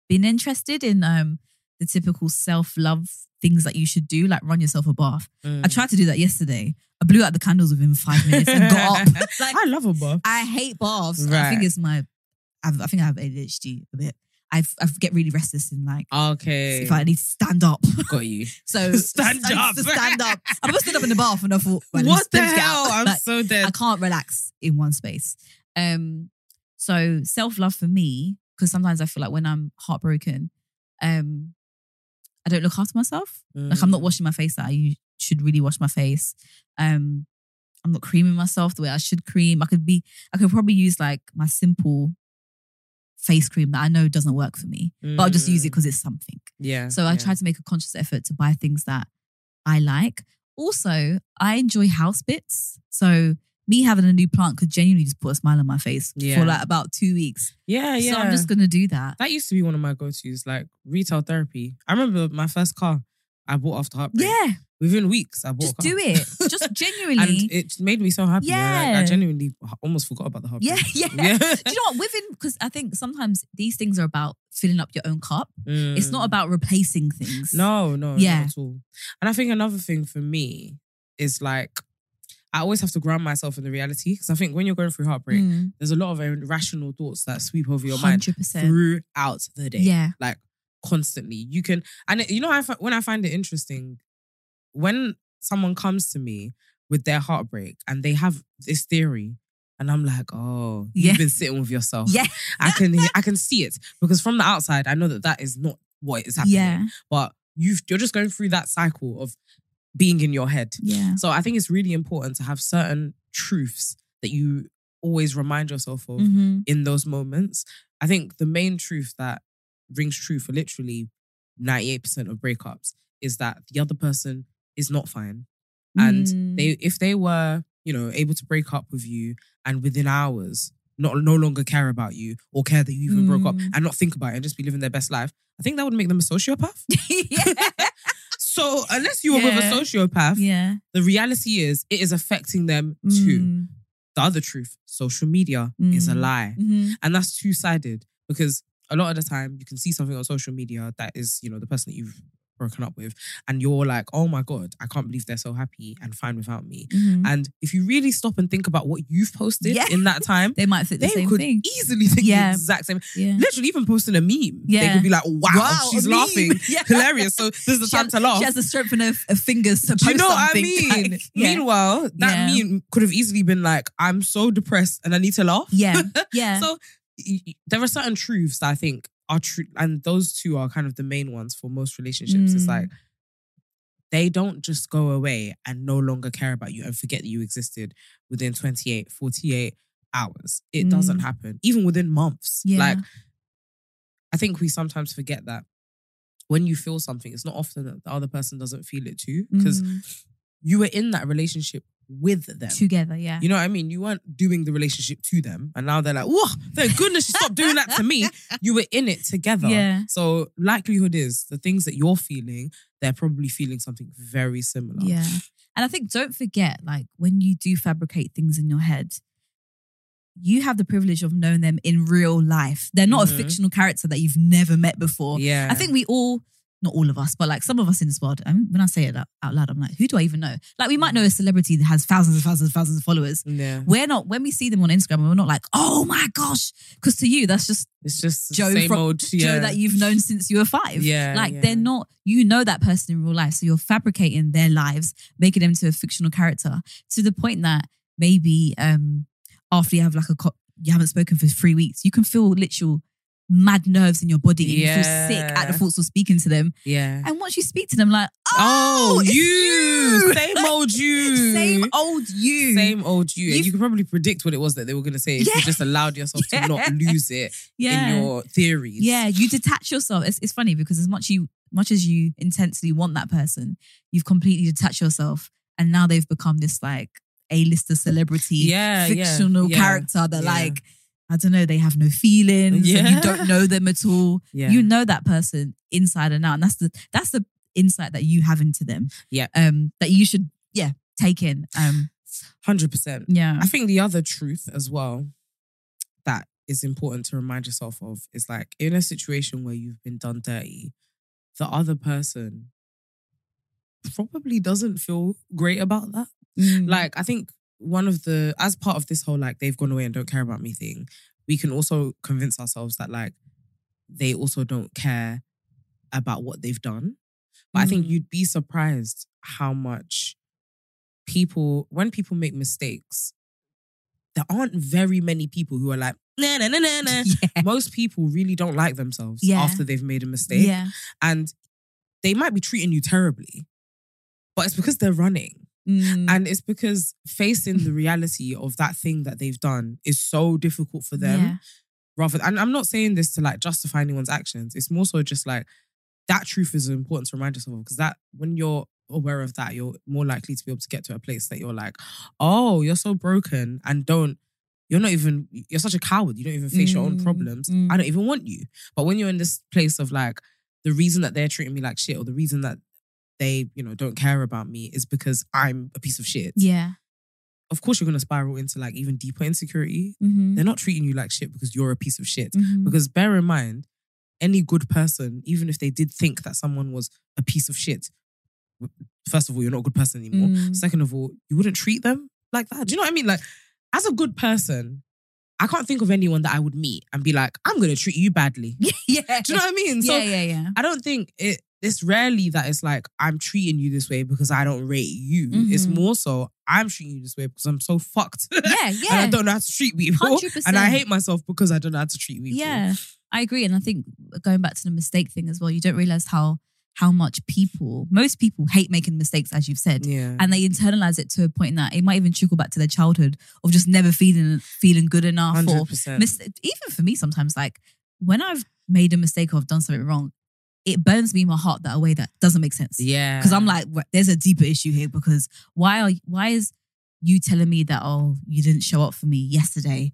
S2: been interested in um the typical self-love things that you should do like run yourself a bath
S1: Mm.
S2: i tried to do that yesterday i blew out the candles within five minutes and got up like
S1: I love a bar.
S2: I hate baths. I
S1: Right.
S2: think it's my. I've, I think I have ADHD a bit. I I get really restless in like
S1: Okay.
S2: if I need to stand up.
S1: Got you.
S2: So
S1: Stand
S2: I need
S1: up.
S2: to stand up. I must stood up in the bath and I thought, right, let me-
S1: what the
S2: let me get out.
S1: hell? I'm
S2: Like,
S1: so
S2: I
S1: dead.
S2: can't relax in one space. Um, so self love for me because sometimes I feel like when I'm heartbroken, um, I don't look after myself. Like
S1: Mm.
S2: I'm not washing my face that I u- should really wash my face. Um, I'm not creaming myself the way I should cream. I could be, I could probably use like my simple face cream that I know doesn't work for me, but I'll just use it because it's something.
S1: Mm. Yeah.
S2: So I
S1: yeah.
S2: try to make a conscious effort to buy things that I like. Also, I enjoy house bits. So me having a new plant could genuinely just put a smile on my face
S1: Yeah.
S2: for like about two weeks.
S1: Yeah, yeah.
S2: So I'm just gonna do that.
S1: That used to be one of my go-tos, like retail therapy. I remember my first car I bought after heartbreak.
S2: Yeah,
S1: Within weeks, I bought
S2: just
S1: a car.
S2: do it. Just genuinely.
S1: And it made me so happy. Yeah. I
S2: Yeah.
S1: genuinely almost forgot about the heartbreak.
S2: yeah, yeah. Do you know what? Within, because I think sometimes these things are about filling up your own cup. It's not
S1: Mm.
S2: about replacing things.
S1: No, no,
S2: Yeah.
S1: not at all. And I think another thing for me is like, I always have to ground myself in the reality because I think when you're going through heartbreak,
S2: Mm,
S1: there's a lot of irrational thoughts that sweep over your mind
S2: 100%.
S1: throughout the day.
S2: Yeah.
S1: like constantly. You can, and it- you know, I fi- when I find it interesting, when someone comes to me with their heartbreak and they have this theory, and I'm like, oh,
S2: Yeah.
S1: you've been sitting with yourself.
S2: Yeah.
S1: I can, I can see it because from the outside, I know that that is not what is happening.
S2: Yeah.
S1: But you, you're just going through that cycle of being in your head.
S2: Yeah.
S1: So I think it's really important to have certain truths that you always remind yourself of
S2: Mm-hmm.
S1: in those moments. I think the main truth that rings true for literally 98% of breakups is that the other person is not fine. And
S2: Mm.
S1: they if they were, you know, able to break up with you and within hours not no longer care about you or care that you even broke up
S2: Mm.
S1: and not think about it and just be living their best life, I think that would make them a sociopath.
S2: yeah.
S1: So unless you were with
S2: Yeah.
S1: a sociopath,
S2: Yeah.
S1: the reality is it is affecting them too.
S2: Mm,
S1: The other truth, social media is a
S2: Mm.
S1: lie.
S2: mhm.
S1: And that's two sided because a lot of the time you can see something on social media that is, you know, the person that you've broken up with, and you're like, oh my God, I can't believe they're so happy and fine without me.
S2: Mhm.
S1: And if you really stop and think about what you've posted
S2: Yeah.
S1: in that time,
S2: They might think the
S1: they
S2: same
S1: could
S2: thing.
S1: easily think
S2: Yeah.
S1: the exact same.
S2: Yeah.
S1: Literally, even posting a meme, they
S2: Yeah.
S1: could be like, wow,
S2: Wow,
S1: she's
S2: a meme.
S1: laughing.
S2: Yeah.
S1: Hilarious. So this is the
S2: She
S1: time
S2: has,
S1: to laugh.
S2: She has the strength in her her fingers to
S1: Do you
S2: post
S1: know what I
S2: something,
S1: mean?
S2: like, yeah.
S1: Meanwhile, that
S2: Yeah.
S1: meme could have easily been like, I'm so depressed and I need to laugh.
S2: yeah. Yeah.
S1: So y- y- there are certain truths that I think are true, and those two are kind of the main ones for most relationships. It's
S2: Mm.
S1: like they don't just go away and no longer care about you and forget that you existed within 28, 48 hours. It doesn't
S2: Mm.
S1: happen, even within months.
S2: Yeah.
S1: Like, I think we sometimes forget that when you feel something, it's not often that the other person doesn't feel it too, because
S2: Mm.
S1: you were in that relationship with them.
S2: together, yeah.
S1: You know what I mean? You weren't doing the relationship to them, and now they're like, "Whoa, thank goodness she stopped doing that to me." You were in it together.
S2: Yeah.
S1: So likelihood is the things that you're feeling, they're probably feeling something very similar.
S2: Yeah. And I think don't forget, like, when you do fabricate things in your head, you have the privilege of knowing them in real life. They're not
S1: Mhm.
S2: a fictional character that you've never met before.
S1: Yeah.
S2: I think we all, not all of us, but like some of us in this world, I mean, when I say it out out loud, I'm like, who do I even know? Like, we might know a celebrity that has thousands and thousands and thousands of followers.
S1: Mm. Yeah.
S2: We're not, when we see them on Instagram, we're not like, oh my gosh. Because to you, that's just
S1: It's just the
S2: Joe
S1: same
S2: from-
S1: old yeah.
S2: Joe that you've known since you were five.
S1: Yeah.
S2: Like
S1: yeah.
S2: they're not, you know that person in real life. So you're fabricating their lives, making them to a fictional character to the point that maybe um after you have like a co- you haven't spoken for three weeks, you can feel literal mad nerves in your body and you feel sick at
S1: Yeah.
S2: the thoughts of speaking to them.
S1: Yeah.
S2: And once you speak to them, like, oh,
S1: Oh,
S2: it's
S1: you.
S2: you.
S1: Same old you.
S2: same old you.
S1: Same old you. And
S2: You've-
S1: you could probably predict what it was that they were going to say if you
S2: Yeah.
S1: just allowed yourself to not
S2: Yeah.
S1: lose it
S2: yeah.
S1: in your theories.
S2: Yeah, you detach yourself. It's, it's funny because as much you much as you intensely want that person, you've completely detached yourself, and now they've become this like A-lister celebrity,
S1: Yeah, yeah,
S2: fictional
S1: yeah,
S2: character that
S1: yeah.
S2: like I don't know, they have no feelings, and
S1: Yeah.
S2: you don't know them at all.
S1: Yeah.
S2: You know that person inside and out, and that's the that's the insight that you have into them.
S1: Yeah.
S2: um, that you should yeah take in. Um,
S1: Hundred percent.
S2: yeah,
S1: I think the other truth as well that is important to remind yourself of is like in a situation where you've been done dirty, the other person probably doesn't feel great about that.
S2: Mm.
S1: Like I think one of the as part of this whole like they've gone away and don't care about me thing, we can also convince ourselves that like they also don't care about what they've done. But I think
S2: Mm.
S1: you'd be surprised how much people when people make mistakes, there aren't very many people who are like nah nah nah nah nah.
S2: yeah,
S1: Most people really don't like themselves
S2: Yeah.
S1: after they've made a mistake
S2: yeah,
S1: and they might be treating you terribly, but it's because they're running.
S2: Mm.
S1: And it's because facing the reality of that thing that they've done is so difficult for them.
S2: Yeah.
S1: Rather, and I'm not saying this to like justify anyone's actions. It's more so just like that truth is important to remind yourself of because that when you're aware of that, you're more likely to be able to get to a place that you're like, oh, you're so broken and don't. You're not even. You're such a coward. You don't even face your own
S2: Mm,
S1: problems.
S2: mm.
S1: I don't even want you. But when you're in this place of like the reason that they're treating me like shit or the reason that they you know don't care about me is because I'm a piece of shit
S2: yeah.
S1: of course you're gonna spiral into like even deeper insecurity.
S2: Mhm.
S1: They're not treating you like shit because you're a piece of shit.
S2: Mhm.
S1: Because bear in mind, any good person, even if they did think that someone was a piece of shit, first of all, you're not a good person anymore.
S2: Mm.
S1: Second of all, you wouldn't treat them like that. Do you know what I mean? Like, as a good person, I can't think of anyone that I would meet and be like, I'm gonna treat you badly.
S2: yeah,
S1: Do you know what I mean? So
S2: yeah, yeah, yeah.
S1: I don't think it. It's rarely that it's like I'm treating you this way because I don't rate you. It's
S2: Mhm.
S1: more so I'm treating you this way because I'm so fucked.
S2: yeah, yeah.
S1: and I don't know how to treat people.
S2: 100%.
S1: And I hate myself because I don't know how to treat people.
S2: Yeah, I agree, and I think going back to the mistake thing as well, you don't realize how how much people, most people, hate making mistakes, as you've said,
S1: Yeah.
S2: and they internalize it to a point that it might even trickle back to their childhood of just never feeling feeling good enough, or
S1: 100%.
S2: mis- even for me sometimes, like when I've made a mistake or I've done something wrong, it burns me in my heart that a way that doesn't make sense.
S1: yeah.
S2: Because I'm like, "Wha- there's a deeper issue here. Because why are why is you telling me that oh you didn't show up for me yesterday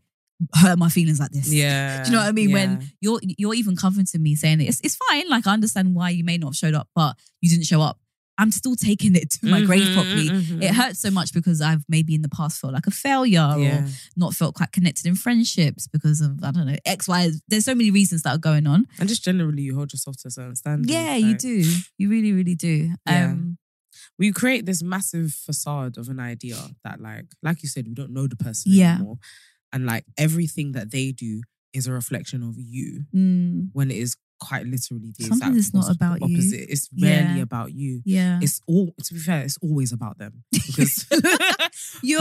S2: hurt my feelings like this?
S1: yeah.
S2: Do you know what I mean? When
S1: yeah.
S2: you're you're even comforting me saying it's it's fine. Like I understand why you may not have showed up, but you didn't show up. I'm still taking it to my grave
S1: Mhm,
S2: properly.
S1: mhm.
S2: It hurts so much because I've maybe in the past felt like a failure
S1: Yeah.
S2: or not felt quite connected in frienderships because of I don't know X Y. There's so many reasons that are going on.
S1: And just generally, you hold yourself to a certain standard.
S2: Yeah, you do. You really, really do.
S1: Yeah.
S2: Um,
S1: We create this massive facade of an idea that, like, like you said, we don't know the person
S2: Yeah.
S1: anymore, and like everything that they do is a reflection of you.
S2: mm,
S1: When it is quite literally the
S2: Something
S1: exact
S2: that's not
S1: opposite-
S2: about you.
S1: opposite. It's rarely
S2: Yeah.
S1: about you.
S2: yeah,
S1: It's all to be fair. It's always about them because
S2: you're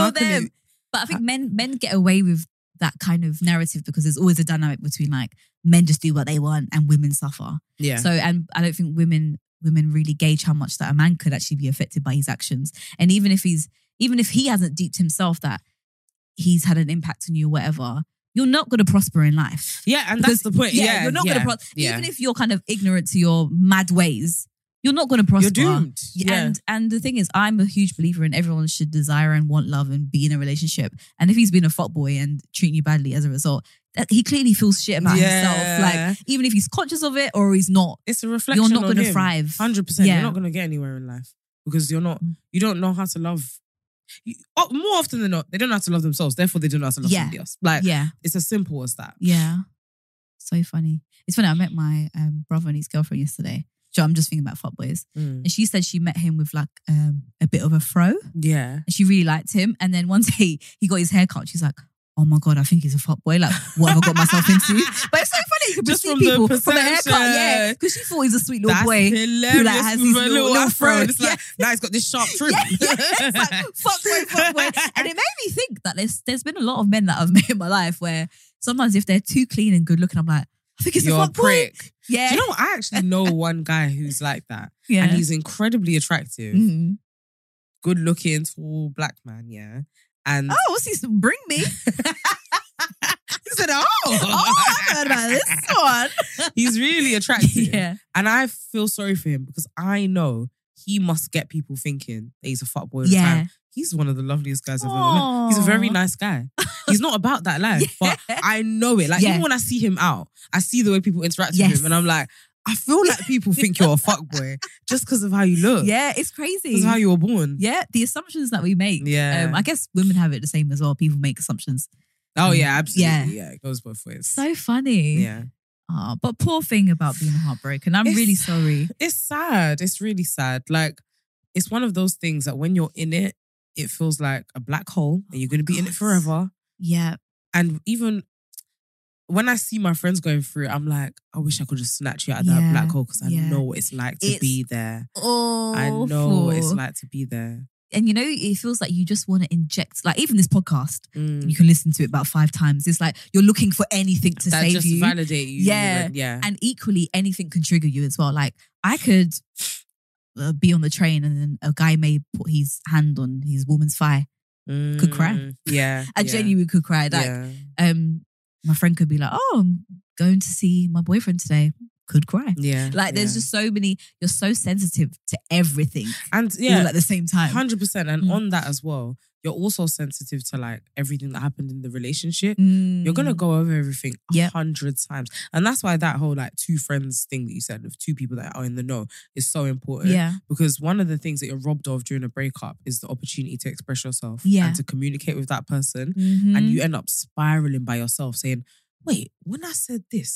S1: how can
S2: them.
S1: it-
S2: But I think men men get away with that kind of narrative because there's always a dynamic between like men just do what they want and women suffer.
S1: Yeah.
S2: So and I don't think women women really gauge how much that a man could actually be affected by his actions. And even if he's even if he hasn't deeped himself that he's had an impact on you or whatever, you're not going to prosper in life.
S1: yeah, and
S2: Because-
S1: that's the point. Yeah,
S2: you're not going
S1: yeah,
S2: to prosper.
S1: yeah.
S2: Even if you're kind of ignorant to your mad ways, you're not going to prosper.
S1: You're doomed.
S2: Yeah, And and the thing is, I'm a huge believer in everyone should desire and want love and be in a relationship. And if he's been a fuckboy and treating you badly as a result, that he clearly feels shit about
S1: Yeah.
S2: himself. Like even if he's conscious of it or he's not,
S1: it's a reflection.
S2: you're not
S1: going
S2: to thrive.
S1: Hundred percent.
S2: Yeah. Mm.
S1: You're not going to get anywhere in life because you're not. You don't know how to love. You, oh, more often than not, they don't know how to love themselves. Therefore, they don't know how to love
S2: Yeah.
S1: somebody else. Like
S2: Yeah,
S1: it's as simple as that.
S2: yeah. So funny. It's funny. I met my um, brother and his girlfriend yesterday. So I'm just thinking about fuckboys,
S1: Mm.
S2: and she said she met him with like um, a bit of a fro.
S1: Yeah.
S2: And she really liked him. And then one day he got his hair cut. She's like, oh my God, I think he's a fuck boy. Like, what have I got myself into? But it's so funny. You can
S1: Just
S2: perceive
S1: from the
S2: people from a haircut.
S1: perception.
S2: Yeah. Because she thought he's a sweet little
S1: That's
S2: boy.
S1: hilarious.
S2: like, has
S1: with
S2: his
S1: a
S2: little-
S1: little,
S2: little
S1: afro.
S2: fro.
S1: and It's like now he's got this sharp trim.
S2: Yeah, yeah. It's like, fuck boy, fuck boy. And it made me think that there's there's been a lot of men that I've met in my life where sometimes if they're too clean and good looking, I'm like, I think he's
S1: You're
S2: a
S1: a
S2: fuck boy.
S1: prick.
S2: Yeah.
S1: Do you know what? I actually know one guy who's like that,
S2: yeah.
S1: and he's incredibly attractive,
S2: Mhm.
S1: good looking, tall black man. Yeah, and
S2: Oh, what's he? Bring me.
S1: he said, "Oh,
S2: oh, I've heard about this one.
S1: He's really attractive.
S2: yeah.
S1: And I feel sorry for him because I know he must get people thinking that he's a fuck boy.
S2: Yeah.
S1: Yeah. He's one of the loveliest guys I've ever met. He's a very
S2: Aw.
S1: nice guy. He's not about that life, but I know it. Like
S2: Yeah.
S1: even when I see him out, I see the way people interact
S2: Yes.
S1: with him, and I'm like, I feel like people think you're a fuck boy just because of how you look.
S2: Yeah, it's crazy.
S1: because how you were born.
S2: Yeah, the assumptions that we make.
S1: Yeah.
S2: Um, I guess women have it the same as well. People make assumptions.
S1: Oh yeah,
S2: Mm. Yeah.
S1: absolutely. Yeah, it goes both ways.
S2: So funny.
S1: yeah,
S2: Aw, Ah, but poor thing about being heartbroken. I'm
S1: It's-
S2: really sorry.
S1: it's sad. It's really sad. Like it's one of those things that when you're in it, it feels like a black hole, and you're gonna be in
S2: God.
S1: it forever.
S2: Yeah.
S1: And even when I see my friends going through, it, I'm like, I wish I could just snatch you out of
S2: Yeah,
S1: that black hole because I
S2: yeah.
S1: know what it's like to
S2: It's
S1: be there.
S2: Oh.
S1: I know what it's like to be there.
S2: And you know, it feels like you just want to inject, like even this podcast,
S1: Mm.
S2: you can listen to it about five times. It's like you're looking for anything to
S1: that
S2: save
S1: just
S2: you.
S1: validate you.
S2: Yeah.
S1: and- yeah.
S2: and equally anything can trigger you as well like i could uh, be on the train and then a guy may put his hand on his woman's thigh could cry.
S1: Mm, Yeah.
S2: i
S1: yeah,
S2: genuinely could cry like
S1: yeah.
S2: um my friend could be like oh i'm going to see my boyfriend today could cry
S1: Yeah.
S2: like there's
S1: yeah.
S2: just so many you're so sensitive to everything
S1: and
S2: all
S1: yeah,
S2: at the same time
S1: hundred percent. And
S2: Mm.
S1: on that as well, you're also sensitive to like everything that happened in the relationship.
S2: Mm.
S1: You're gonna go over everything a
S2: Yep.
S1: hundred times, and that's why that whole like two friends thing that you said of two people that are in the know is so important.
S2: yeah
S1: Because one of the things that you're robbed of during a breakup is the opportunity to express yourself
S2: Yeah.
S1: and to communicate with that person.
S2: Mhm.
S1: And you end up spiraling by yourself saying, Wait, when I said this,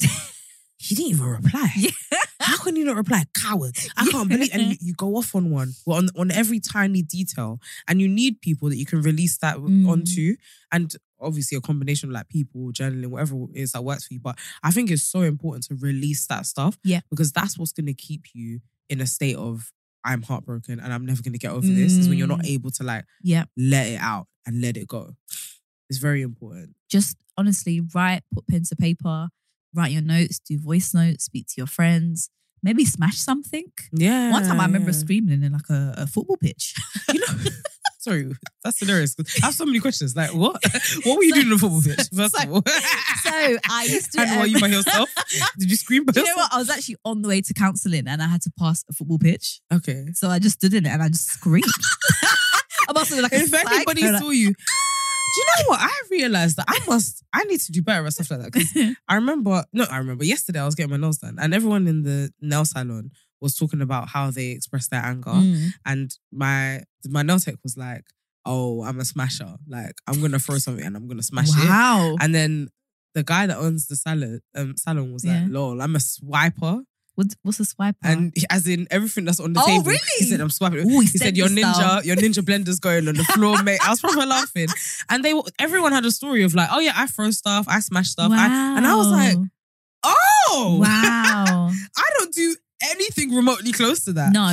S1: he didn't even reply.
S2: Yeah.
S1: How can you not reply? Coward. I can't
S2: Yeah.
S1: believe. And you, you go off on one, well, on, on every tiny detail. And you need people that you can release that
S2: Mm.
S1: onto. And obviously, a combination of like people, journaling, whatever it is that works for you. But I think it's so important to release that stuff.
S2: Yeah.
S1: Because that's what's going to keep you in a state of I'm heartbroken and I'm never gonna get over this is when you're not
S2: Mm.
S1: able to like
S2: yeah
S1: let it out and let it go. It's very important.
S2: just honestly write, put pen to paper, write your notes, do voice notes, speak to your friends, maybe smash something.
S1: Yeah.
S2: One time I remember
S1: yeah.
S2: screaming in like a, a football pitch.
S1: You know, sorry, that's hilarious. 'cause I have so many questions. Like, what? What were you
S2: So-
S1: doing in the football pitch? First
S2: so-
S1: of all,
S2: so I used to.
S1: and were you
S2: um,
S1: by yourself? Did you scream by
S2: Do you know
S1: yourself?
S2: what? I was actually on the way to counselling and I had to pass a football pitch.
S1: Okay.
S2: So I just stood in it and I just screamed. I must have been like a
S1: if
S2: psycho,
S1: anybody
S2: like-
S1: saw you, do you know what? I realized that I must, I need to do better at stuff like that. 'cause I remember, no, I remember yesterday I was getting my nails done, and everyone in the nail salon was talking about how they express their anger.
S2: Mm.
S1: And my my nail tech was like, "Oh, I'm a smasher. Like I'm gonna throw something and I'm gonna smash it."
S2: Wow.
S1: And then the guy that owns the salad um, salon was
S2: Yeah.
S1: like, "Lol, I'm a swiper,"
S2: What, what's a swiper?
S1: and he- as in everything that's on the
S2: Oh,
S1: table.
S2: really?
S1: He said, "I'm swiping."
S2: Ooh,
S1: He said, "Your ninja,
S2: style.
S1: your ninja blender's going on the floor, mate." I was probably laughing, and they were- everyone had a story of like, "Oh yeah, I throw stuff, I smash stuff," I, and I was like, "Oh,
S2: wow.
S1: I don't do anything remotely close to that."
S2: No.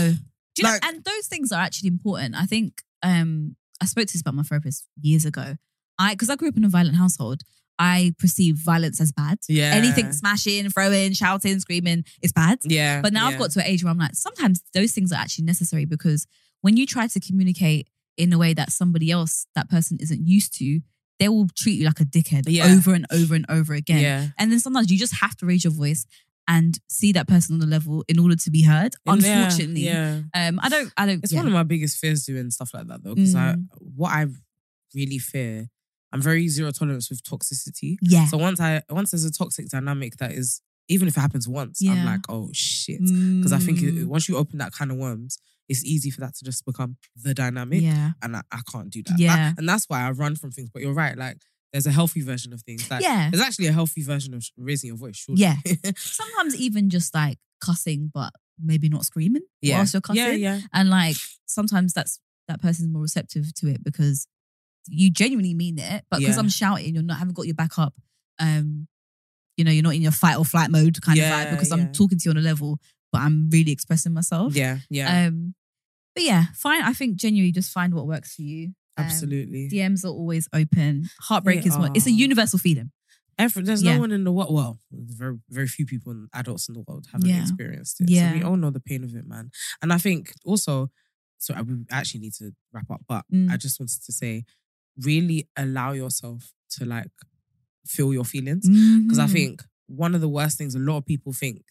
S2: Do you
S1: Like-
S2: know, and those things are actually important. I think um I spoke to this about my therapist years ago. I because I grew up in a violent household. I perceive violence as bad.
S1: Yeah.
S2: Anything smashing, throwing, shouting, screaming is bad.
S1: Yeah.
S2: But now I've
S1: yeah.
S2: got to an age where I'm like, sometimes those things are actually necessary because when you try to communicate in a way that somebody else, that person isn't used to, they will treat you like a dickhead
S1: Yeah.
S2: over and over and over again.
S1: Yeah.
S2: And then sometimes you just have to raise your voice and see that person on the level in order to be heard.
S1: And yeah,
S2: Unfortunately,
S1: Yeah.
S2: um, I don't, I don't.
S1: It's
S2: yeah. Mm.
S1: one of my biggest fears doing stuff like that though, because I what I really fear, I'm very zero tolerance with toxicity.
S2: yeah.
S1: So once I once there's a toxic dynamic that is even if it happens once,
S2: Yeah.
S1: I'm like, oh shit. Because I think
S2: Mm,
S1: it, once you open that kind of worms, it's easy for that to just become the dynamic.
S2: yeah,
S1: And I, I can't do that. That-
S2: Yeah.
S1: and that's why I run from things. But you're right, like there's a healthy version of things. Like,
S2: yeah,
S1: There's actually a healthy version of sh- raising your voice, surely.
S2: yeah. Sometimes even just like cussing, but maybe not screaming
S1: yeah.
S2: whilst you're cussing.
S1: Yeah, yeah.
S2: And like sometimes that's that person's more receptive to it because you genuinely mean it, but because
S1: Yeah.
S2: I'm shouting, you're not haven't got your back up. Um, you know, you're not in your fight or flight mode kind
S1: Yeah,
S2: of vibe because
S1: yeah.
S2: I'm talking to you on a level, but I'm really expressing myself.
S1: Yeah, yeah.
S2: Um, but yeah, fine. I think genuinely just find what works for you. Um,
S1: absolutely.
S2: DMs are always open. Heartbreak
S1: They
S2: is one. It's a
S1: are.
S2: universal feeling.
S1: Every, there's
S2: Yeah.
S1: no one in the world. Well, very very few people, in, adults in the world, haven't
S2: Yeah.
S1: experienced it.
S2: Yeah.
S1: So we all know the pain of it, man. And I think also, so I, we actually need to wrap up, but
S2: Mm.
S1: I just wanted to say, really allow yourself to like feel your feelings because
S2: Mm.
S1: I think one of the worst things a lot of people think.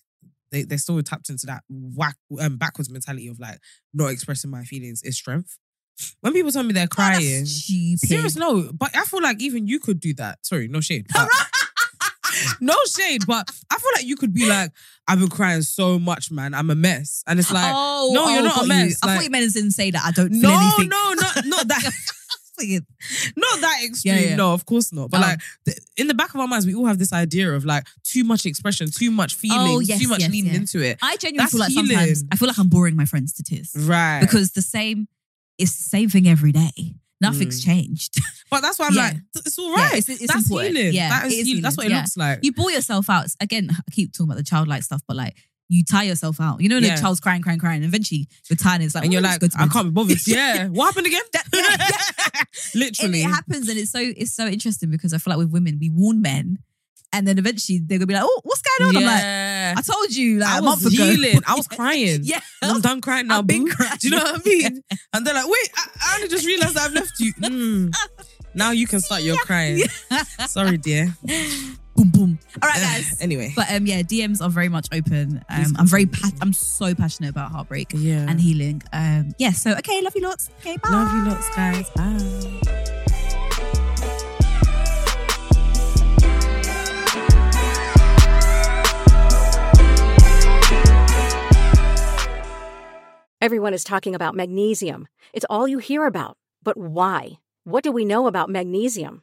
S1: They, they're still tapped into that whack, um, backwards mentality of like not expressing my feelings is strength. When people tell me they're
S2: Oh, that's
S1: crying,
S2: stupid.
S1: Serious, no. But I feel like even you could do that. Sorry, no shade. but- no shade, but I feel like you could be like, I've been crying so much, man. I'm a mess. And it's like,
S2: oh,
S1: no, you're
S2: oh,
S1: not a
S2: got you.
S1: mess,
S2: I
S1: like-
S2: thought you meant didn't say that. I don't feel
S1: no,
S2: anything.
S1: no, not not that not that extreme.
S2: Yeah, yeah.
S1: No, of course not. But
S2: Oh.
S1: like th- in the back of our minds, we all have this idea of like too much expression, too much feeling,
S2: Oh, yes,
S1: too much
S2: yes,
S1: leaning
S2: yeah.
S1: into it.
S2: I genuinely
S1: That's
S2: feel like sometimes
S1: healing.
S2: I feel like I'm boring my friends to tears
S1: Right.
S2: because the same, it's the same thing every day.
S1: Mm.
S2: Nothing's changed.
S1: but that's why I'm
S2: Yeah.
S1: like, it's all
S2: Yeah,
S1: right.
S2: it's- it's
S1: that's
S2: important.
S1: healing.
S2: Yeah,
S1: that is,
S2: it is
S1: healing. That's
S2: healing.
S1: what it
S2: Yeah.
S1: looks like.
S2: you bore yourself out. Again, I keep talking about the childlike stuff, but like you tire yourself out. You know, when
S1: Yeah.
S2: the child's crying, crying, crying, and eventually you're tired. And it's like,
S1: and
S2: "Oh,
S1: you're like,
S2: let's go to
S1: I
S2: bed."
S1: can't be bothered. yeah. What happened again?
S2: And
S1: Literally.
S2: it happens, and it's so it's so interesting because I feel like with women, we warn men, and then eventually they're gonna be like, "Oh, what's going on?" I'm like,
S1: Yeah.
S2: "I told you like
S1: I
S2: a
S1: was
S2: month ago."
S1: healing. I was crying.
S2: yeah,
S1: I'm done crying now.
S2: I've been
S1: boo.
S2: crying.
S1: Do you know what I mean? And they're like, wait, I, I only just realized that I've left you. Mm. Now you can start your crying. Sorry, dear.
S2: boom, boom. All right, guys.
S1: anyway.
S2: But um, yeah, DMs are very much open.
S1: Please
S2: Um, I'm very, pa-
S1: continue.
S2: I'm so passionate about heartbreak
S1: yeah.
S2: and healing. Um, yeah. So okay, love you lots. Okay, bye.
S1: Love you lots, guys. Bye.
S3: Everyone is talking about magnesium. It's all you hear about. But why? What do we know about magnesium?